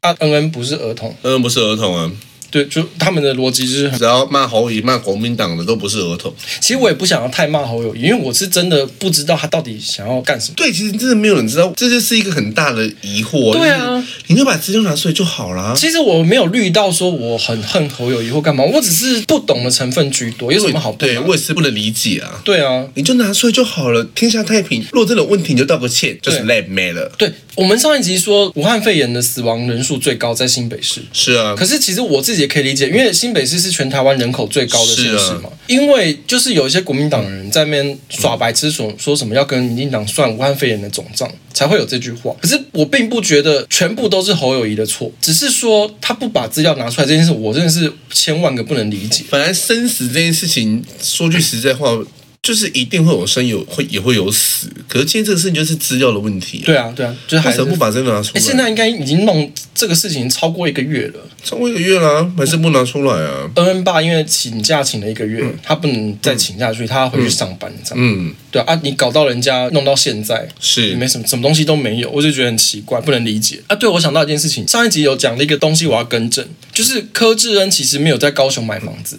啊，恩恩不是儿童，恩不是儿童啊，对，就他们的逻辑就是很只要骂侯友谊、骂国民党的都不是儿童。其实我也不想要太骂侯友谊，因为我是真的不知道他到底想要干什么。 对，其实真的没有人知道，这就是一个很大的疑惑。对啊就是你就把资料拿出来就好啦。其实我没有虑到说我很恨侯友谊或干嘛，我只是不懂的成分居多，有什么好不对懂？我也是不能理解啊。对啊，你就拿出来就好了，天下太平。如果真的有问题，你就道个歉，就是对 let 没了。对我们上一集说武汉肺炎的死亡人数最高在新北市，是啊，可是其实我自己也可以理解，因为新北市是全台湾人口最高的县市是嘛啊。因为就是有一些国民党人在那边耍白痴说说什么要跟民进党算武汉肺炎的总账，才会有这句话。可是我并不觉得全部都是侯友谊的错，只是说他不把资料拿出来这件事，我真的是千万个不能理解。本来生死这件事情，说句实在话，就是一定会有生有会也会有死。可是今天这个事情就是资料的问题、啊，对啊，对啊，就是还为是什么不把这个拿出诶来？哎现在应该已经弄这个事情超过一个月了。超过一个月啦、还是不拿出来啊？恩恩爸因为请假请了一个月，他不能再请下去，他要回去上班这样。嗯，对啊，啊你搞到人家弄到现在，也没是什么，什么东西都没有，我就觉得很奇怪，不能理解啊。对，我想到一件事情，上一集有讲了一个东西，我要更正，就是柯志恩其实没有在高雄买房子，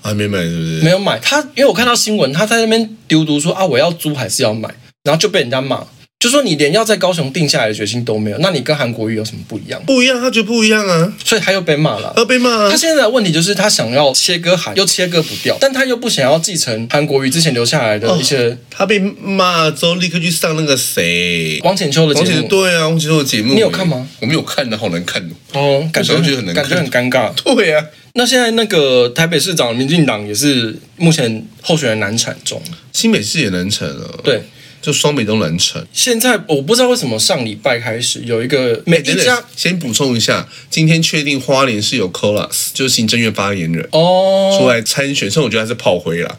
还没买是不是？没有买他，因为我看到新闻，他在那边丢毒说啊，我要租还是要买，然后就被人家骂，就说你连要在高雄定下来的决心都没有，那你跟韩国瑜有什么不一样？不一样，他觉得不一样啊，所以他又被骂了。要被骂啊他。现在的问题就是他想要切割韩，又切割不掉，但他又不想要继承韩国瑜之前留下来的一些哦他被骂之后，立刻去上那个谁，王浅秋的王节姐目。对啊，王姐的节目，你有看吗？我没有看的，好难看哦。哦，感觉我想要觉得很难感看觉很尴尬。对啊，那现在那个台北市长民进党也是目前候选人难产中，新北市也能成了，对，就双北都能成。现在我不知道为什么上礼拜开始有一个每一哎等家等，先补充一下，今天确定花莲是有 Colas，就是行政院发言人哦，出来参选，所以我觉得他是炮灰啦。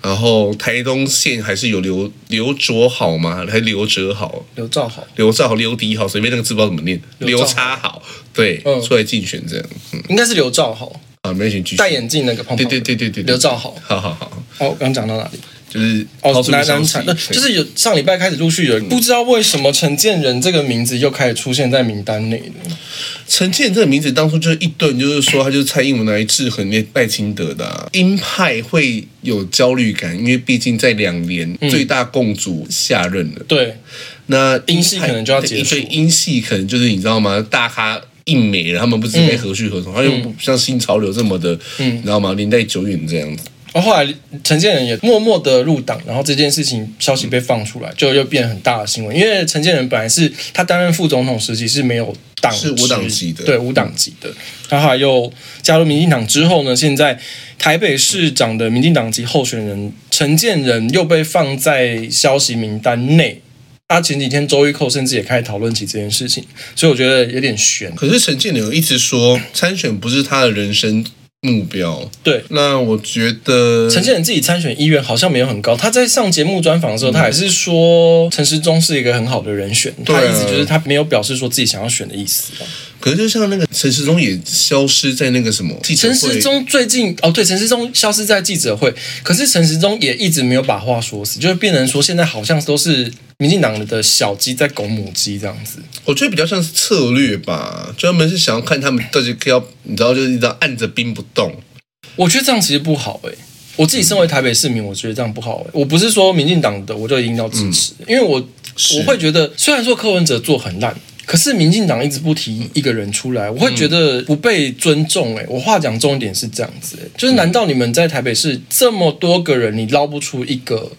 然后台东县还是有刘刘卓好吗？还是刘哲好？刘兆豪，刘兆好、刘迪好，随便那个字不知道怎么念，刘刘兆好差好，对，嗯出来竞选这样，嗯，应该是刘兆豪，啊，没请继续。戴眼镜那个胖胖的对对对对对，对刘兆豪。好好好，哦，刚讲到哪里？就是哦抛，出难消难息产，那对嗯就是有上礼拜开始陆续有，不知道为什么陈建仁这个名字又开始出现在名单内了。陈建仁这个名字当初就是一顿，就是说他就是蔡英文来制衡那赖清德的、啊。鹰派会有焦虑感，因为毕竟在两年嗯最大共主下任了，对，那英系可能就要结束所以英系可能就是你知道吗？大咖。硬美了，他们不是该何去嗯何从？他又不像新潮流这么的，你知道吗？年代久远这样子。然后后来陈建仁也默默的入党，然后这件事情消息被放出来，就又变很大的新闻。因为陈建仁本来是他担任副总统时期是没有党是职无党籍的对无党籍的。他后来又加入民进党之后呢，现在台北市长的民进党籍候选人陈建仁又被放在消息名单内。他前几天周玉蔻甚至也开始讨论起这件事情，所以我觉得有点悬。可是陈建仁有一直说参选不是他的人生目标。对，那我觉得陈建仁自己参选意愿好像没有很高。他在上节目专访的时候，他还是说陈时中是一个很好的人选。对啊他意思就是他没有表示说自己想要选的意思。可是就像那个陈时中也消失在那个什么记者陈会时中最近哦，对，陈时中消失在记者会，可是陈时中也一直没有把话说死，就是变成说现在好像都是民进党的小鸡在拱母鸡这样子。我觉得比较像是策略吧，专门是想要看他们到底要，你知道，就是一直按着兵不动。我觉得这样其实不好诶、我自己身为台北市民，我觉得这样不好、欸。我不是说民进党的我就一定要支持，因为我嗯是我会觉得，虽然说柯文哲做很烂，可是民进党一直不提一个人出来，嗯我会觉得不被尊重、欸。我话讲重一点是这样子、欸，就是难道你们在台北市这么多个人，你捞不出一个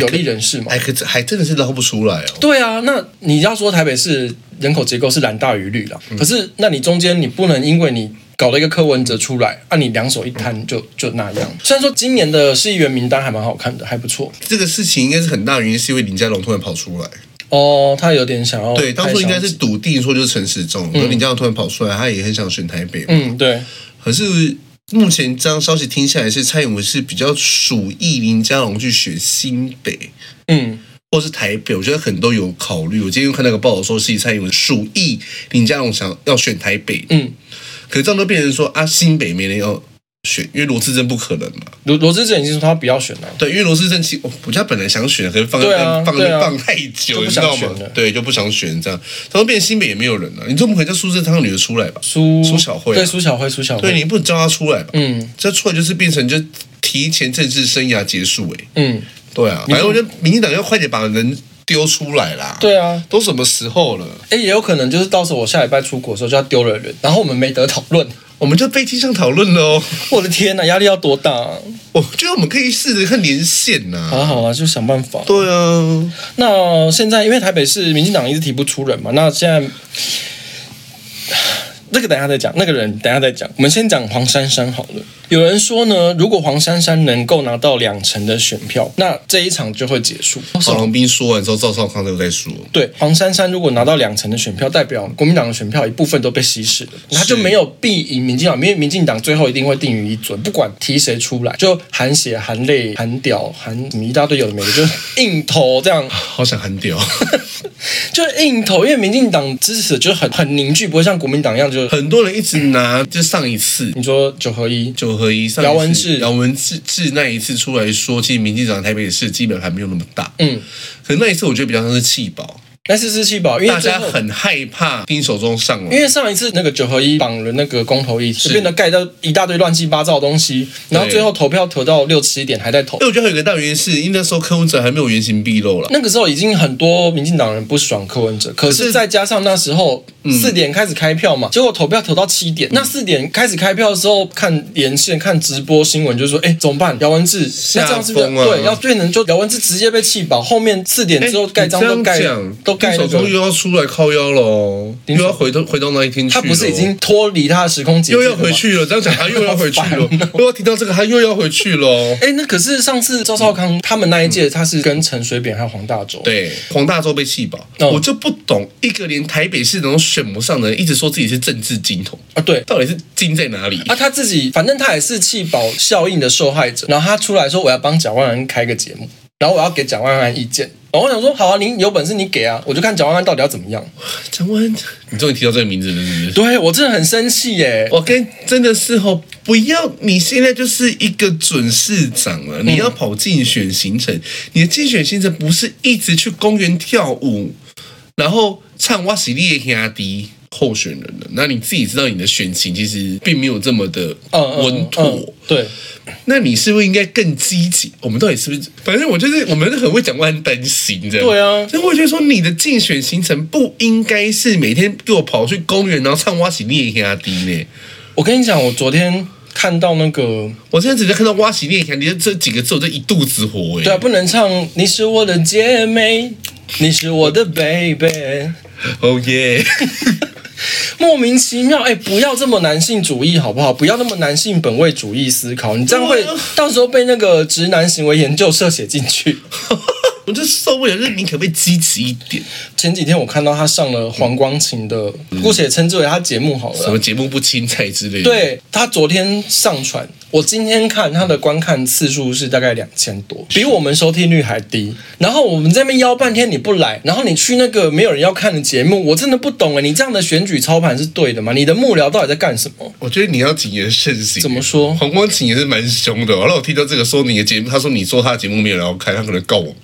有利人士吗？哎，可是还真的是捞不出来哦。对啊，那你要说台北市人口结构是蓝大于绿啦，可是那你中间你不能因为你搞了一个柯文哲出来，啊，你两手一摊就就那样。虽然说今年的市议员名单还蛮好看的，还不错这个事情应该是很大原因，是因为林佳龙突然跑出来。哦，他有点想要对，当初应该拍是箱子笃定说就是陈时中，可是林佳龙突然跑出来，他也很想选台北。嗯对，可是目前这样消息听下来是蔡英文是比较属意林佳龙去选新北。嗯或是台北，我觉得很多有考虑。我今天又看那个报道说，是蔡英文鼠疫，林佳龙想要选台北，嗯，可是这样都变成说啊，新北没人要选，因为罗志正不可能嘛。罗罗志正已经说他不要选了，对，因为罗志正其我我家本来想选，可是放对啊放对啊放太久，就你不知想道选吗了？对，就不想选这样，然后变成新北也没有人了。你总不可能叫苏贞昌的女儿出来吧？苏苏小慧啊对苏小慧苏小慧，对，你不能叫她出来吧？嗯这出来就是变成就提前政治生涯结束、欸，嗯对啊，反正我觉得民进党要快点把人丢出来啦。对啊，都什么时候了？哎也有可能就是到时候我下礼拜出国的时候就要丢了人，然后我们没得讨论，我们就飞机上讨论喽。我的天呐，压力要多大、啊？我觉得我们可以试着看连线呐、好啊好啊，就想办法。对啊，那现在因为台北市民进党一直提不出人嘛，那现在那个等一下再讲，那个人等一下再讲。我们先讲黄珊珊好了。有人说呢，如果黄珊珊能够拿到两成的选票，那这一场就会结束。郝龙斌说完之后，赵少康又在说，对，黄珊珊如果拿到两成的选票，代表国民党的选票一部分都被稀释了，他就没有必赢民进党，因为民进党最后一定会定于一尊，不管提谁出来，就含血、含泪、含屌、含什么一大堆有的没的，就硬投这样。好想喊屌， 就是硬投，因为民进党支持者就是很很凝聚，不会像国民党一样就是很多人一直拿就上一次。你说九合一，九合一上一次姚文智姚文智智那一次出来说，其实民进党台北市基本还没有那么大，嗯，可那一次我觉得比较像是气饱，那是支气宝，因为大最家后嗯很害怕丁守中上因来，为上一次那个九合一绑了那个公投议题，变得盖到一大堆乱七八糟的东西，然后最后投票投到六七点还在投因为。我觉得还有一个大原因是，因为那时候柯文哲还没有原形毕露了，那个时候已经很多民进党人不爽柯文哲，可可是嗯是再加上那时候四点开始开票嘛，结果投票投到七点。那四点开始开票的时候，看连线、看直播新闻，就说，哎，怎么办？姚文智，那这样是不是风啊对？要对能就姚文智直接被气爆，后面四点之后盖章都盖哎你这样讲都盖丁那守中个。又要出来靠腰了哦，丁又守要回到回到那一天去他了。哦不是已经脱离他的时空结又界要了吗回？去了？这样讲他又要回去好了烦哦。又要听到这个，他又要回去了哦。哎，那可是上次赵少康他们那一届，他是跟陈水扁还有黄大洲。对，黄大洲被气饱，嗯我就不懂一个连台北市那种选不上的人，一直说自己是政治金童，啊，对，到底是金在哪里？啊，他自己反正他也是弃保效应的受害者，然后他出来说我要帮蒋万安开个节目，然后我要给蒋万安意见，然后我想说好啊，你有本事你给啊，我就看蒋万安到底要怎么样。张啊文，你终于提到这个名字了，是不是？对我真的很生气耶、我跟真的是哦，不要你现在就是一个准市长嗯了，你要跑竞选行程，你的竞选行程不是一直去公园跳舞，然后唱哇西利耶兄弟候选人了，那你自己知道你的选情其实并没有这么的嗯嗯，稳妥。嗯对，那你是不是应该更积极？我们到底是不是？反正我就是，我们很会讲，我很担心的。对啊所以我觉得说，你的竞选行程不应该是每天给我跑去公园，然后唱哇喜列亚迪呢。我跟你讲，我昨天看到那个，我现在只是看到哇喜列亚迪这几个字，我就一肚子火哎、对啊，不能唱你是我的姐妹， 你是我的 baby。 哦耶！莫名其妙，哎、不要这么男性主义好不好？不要那么男性本位主义思考，你这样会对啊到时候被那个直男行为研究社写进去。 我就受不了，就是你可不可以积极一点？前几天我看到他上了黄光琴的，姑且称之为他节目好什了么。节目不青菜之类的。，对他昨天上传，我今天看他的观看次数是大概两千多，比我们收听率还低。然后我们这边邀半天你不来，然后你去那个没有人要看的节目，我真的不懂哎，你这样的选举操盘是对的吗？你的幕僚到底在干什么？我觉得你要谨言慎行。怎么说黄光琴也是蛮凶的哦。然后我听到这个说你的节目，他说你说他的节目没有人要看，他可能告我。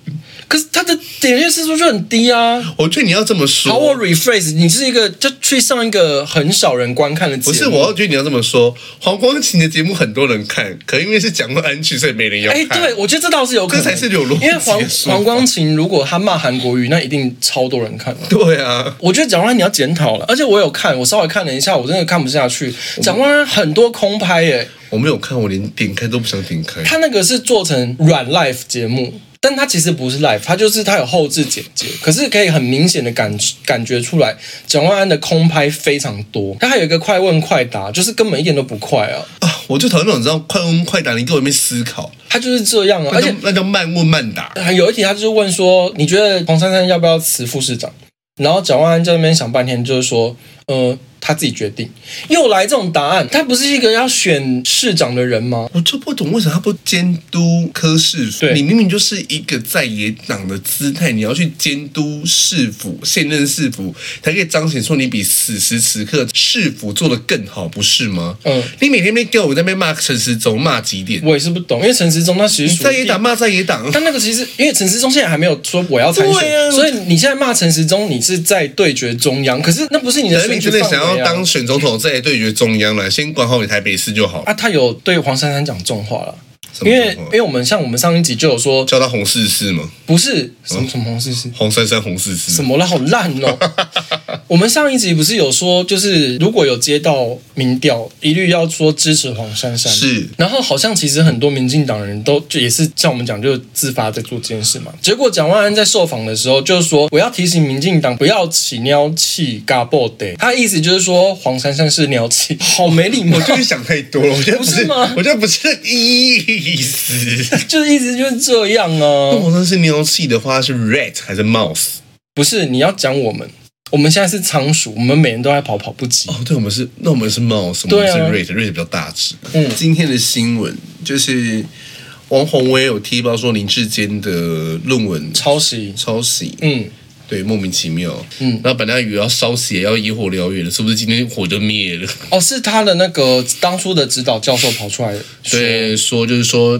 可是他的点阅次数就很低啊。我觉得你要这么说。好，我 rephrase，你是一个就去上一个很少人观看的节目，不是，我要觉得你要这么说。黄光琴的节目很多人看，可因为是蒋万安去，所以没人要哎、看。对，我觉得这倒是有可能，这才是有逻辑因为黄的说法黄光琴如果他骂韩国语，那一定超多人看。对啊，我觉得蒋万安你要检讨了，而且我有看，我稍微看了一下，我真的看不下去。蒋万安很多空拍耶、我没有看，我连点开都不想点 开。他那个是做成软 live 节目，但他其实不是 live，他就是他有后置剪接，可是可以很明显的感感觉出来，蒋万安的空拍非常多，他还有一个快问快答，就是根本一点都不快啊，啊，我就讨厌那种你知道快问快答，你给我一面思考，他就是这样啊，那而叫且那叫慢问慢答。还有一题他就是问说，你觉得黄珊珊要不要辞副市长？然后蒋万安在那边想半天，就是说，呃，他自己决定。又来这种答案，他不是一个要选市长的人吗？我就不懂为什么他不监督科市府对？你明明就是一个在野党的姿态，你要去监督市府、现任市府，才可以彰显出你比此时此刻市府做的更好，不是吗？嗯，你每天被跟我在那边骂陈时中，骂几点？我也是不懂，因为陈时中他其实属于在野党骂在野党，但那个其实，因为陈时中现在还没有说我要参对选，啊所以你现在骂陈时中，你是在对决中央，可是那不是你的等选你举真的范想围啊要当。选总统，再来对决中央了，先管好你台北市就好。啊，他有对黄珊珊讲重话了，什么因为状况因为我们像我们上一集就有说，叫他红四四吗？不是什么嗯什么红事是黄珊珊红四四什。么了，好烂 哦。我们上一集不是有说，就是如果有接到民调，一律要说支持黄珊珊。是然后好像其实很多民进党人都就也是像我们讲，就是自发在做这件事嘛。结果蒋万安在受访的时候就是说，我要提醒民进党不要起尿气嘎爆的。他意思就是说黄珊珊是尿 气，好没礼貌我。就是想太多了，我觉得不不是是，吗我觉得不是意思。就是一直就是这样啊那，我那是牛气的话是 rat 还是 mouse？不是你要讲我们，我们现在是仓鼠，我们每人都在跑跑步机。哦，对，我们是那我们是 mouse，我对们啊是 rat，rat、比较大只。嗯今天的新闻就是王宏威有踢爆说林志坚的论文抄袭，抄袭，嗯，对，莫名其妙。嗯那本来以为要烧死也要野火燎原了，是不是今天火就灭了？哦，是他的那个当初的指导教授跑出来说，对，说就是说，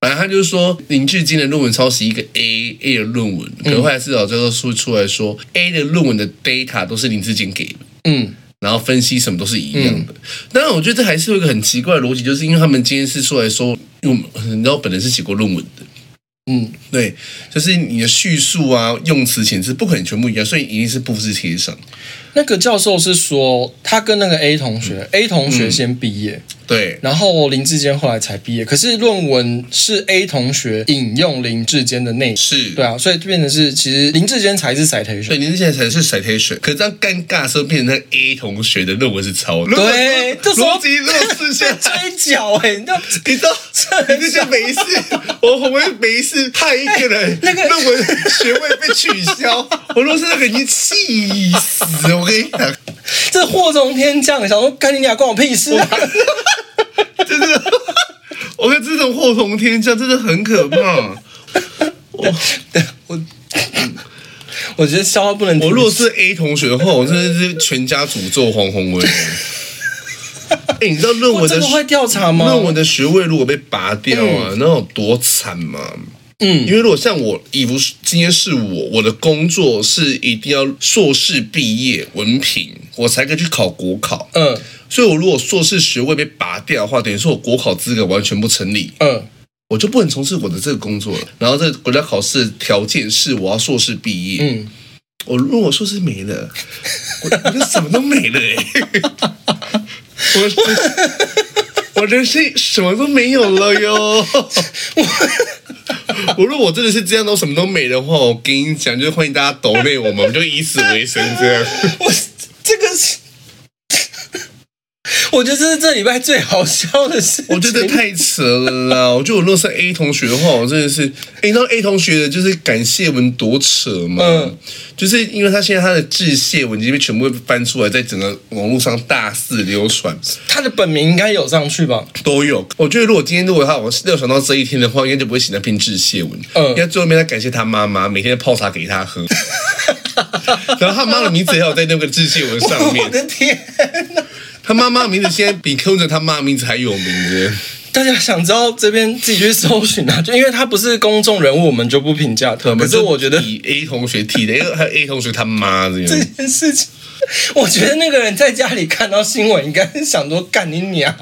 反正他就是说林志坚的论文抄袭一个 A A 的论文，嗯可是后来至少最后出出来说 A 的论文的 data 都是林志坚给的。嗯，然后分析什么都是一样的。当然，我觉得这还是有一个很奇怪的逻辑，就是因为他们今天是出来说，因为我们你知道，本人是写过论文的，嗯，对，就是你的叙述啊、用词遣词不可能全部一样，所以一定是复制贴上。那个教授是说，他跟那个 A 同学、a 同学先毕业，对，然后林志坚后来才毕业。可是论文是 A 同学引用林志坚的内容，是，对啊，所以就变成是其实林志坚才是 citation。对，您现在才是 citation，可这样尴尬的时候变成 A 同学的论文是抄的，对这时候逻辑弱视线。追脚哎、你知道 你知道这，你这就 没事，我我们没事害一哎个人那个论文学位被取消， 我都是那个已经气死，我跟你讲，这祸从天降，想说干你俩关我屁事啊！真的，我跟这种祸从天降，真的很可 怕。我我觉得笑话不能停我如果是 A 同学的话，我真的是全家诅咒黄宏 文。哎、你知道论文这的个会调查吗？嗯论文的学位如果被拔掉啊，那有多惨嘛？嗯，因为如果像我，以不是今天是我，我的工作是一定要硕士毕业文凭，我才可以去考国考。嗯所以我如果硕士学位被拔掉的话，等于说我国考资格完全不成立，嗯我就不能从事我的这个工作了。然后这个国家考试的条件是我要硕士毕业，嗯，我如果硕士没了，我我就什么都没了哎、我我人生什么都没有了哟。我如果我真的是这样都什么都没的话，我跟你讲，就是欢迎大家抖内我们，我们就以此为生这样。我这个是，我觉得这是这礼拜最好笑的事情。我觉得太扯了啦！我觉得我若是 A 同学的话，我真的是，诶你知道 A 同学的就是感谢文多扯吗？嗯就是因为他现在他的致谢文已经被全部翻出来，在整个网络上大肆流传。他的本名应该有上去吧？都有。我觉得如果今天如果他我料想到这一天的话，应该就不会写那篇致谢文，嗯应该最后面他感谢他妈妈，每天泡茶给他喝。 然后他妈的名字也有在那个致谢文上我面，的天！他妈妈的名字现在比柯文哲他妈的名字还有名耶。大家想知道这边自己去搜寻啊，就因为他不是公众人物，我们就不评价他。可是我觉得以 A 同学替的，因为还有 A 同学他妈这这样。件事情，我觉得那个人在家里看到新闻，应该是想说干你娘！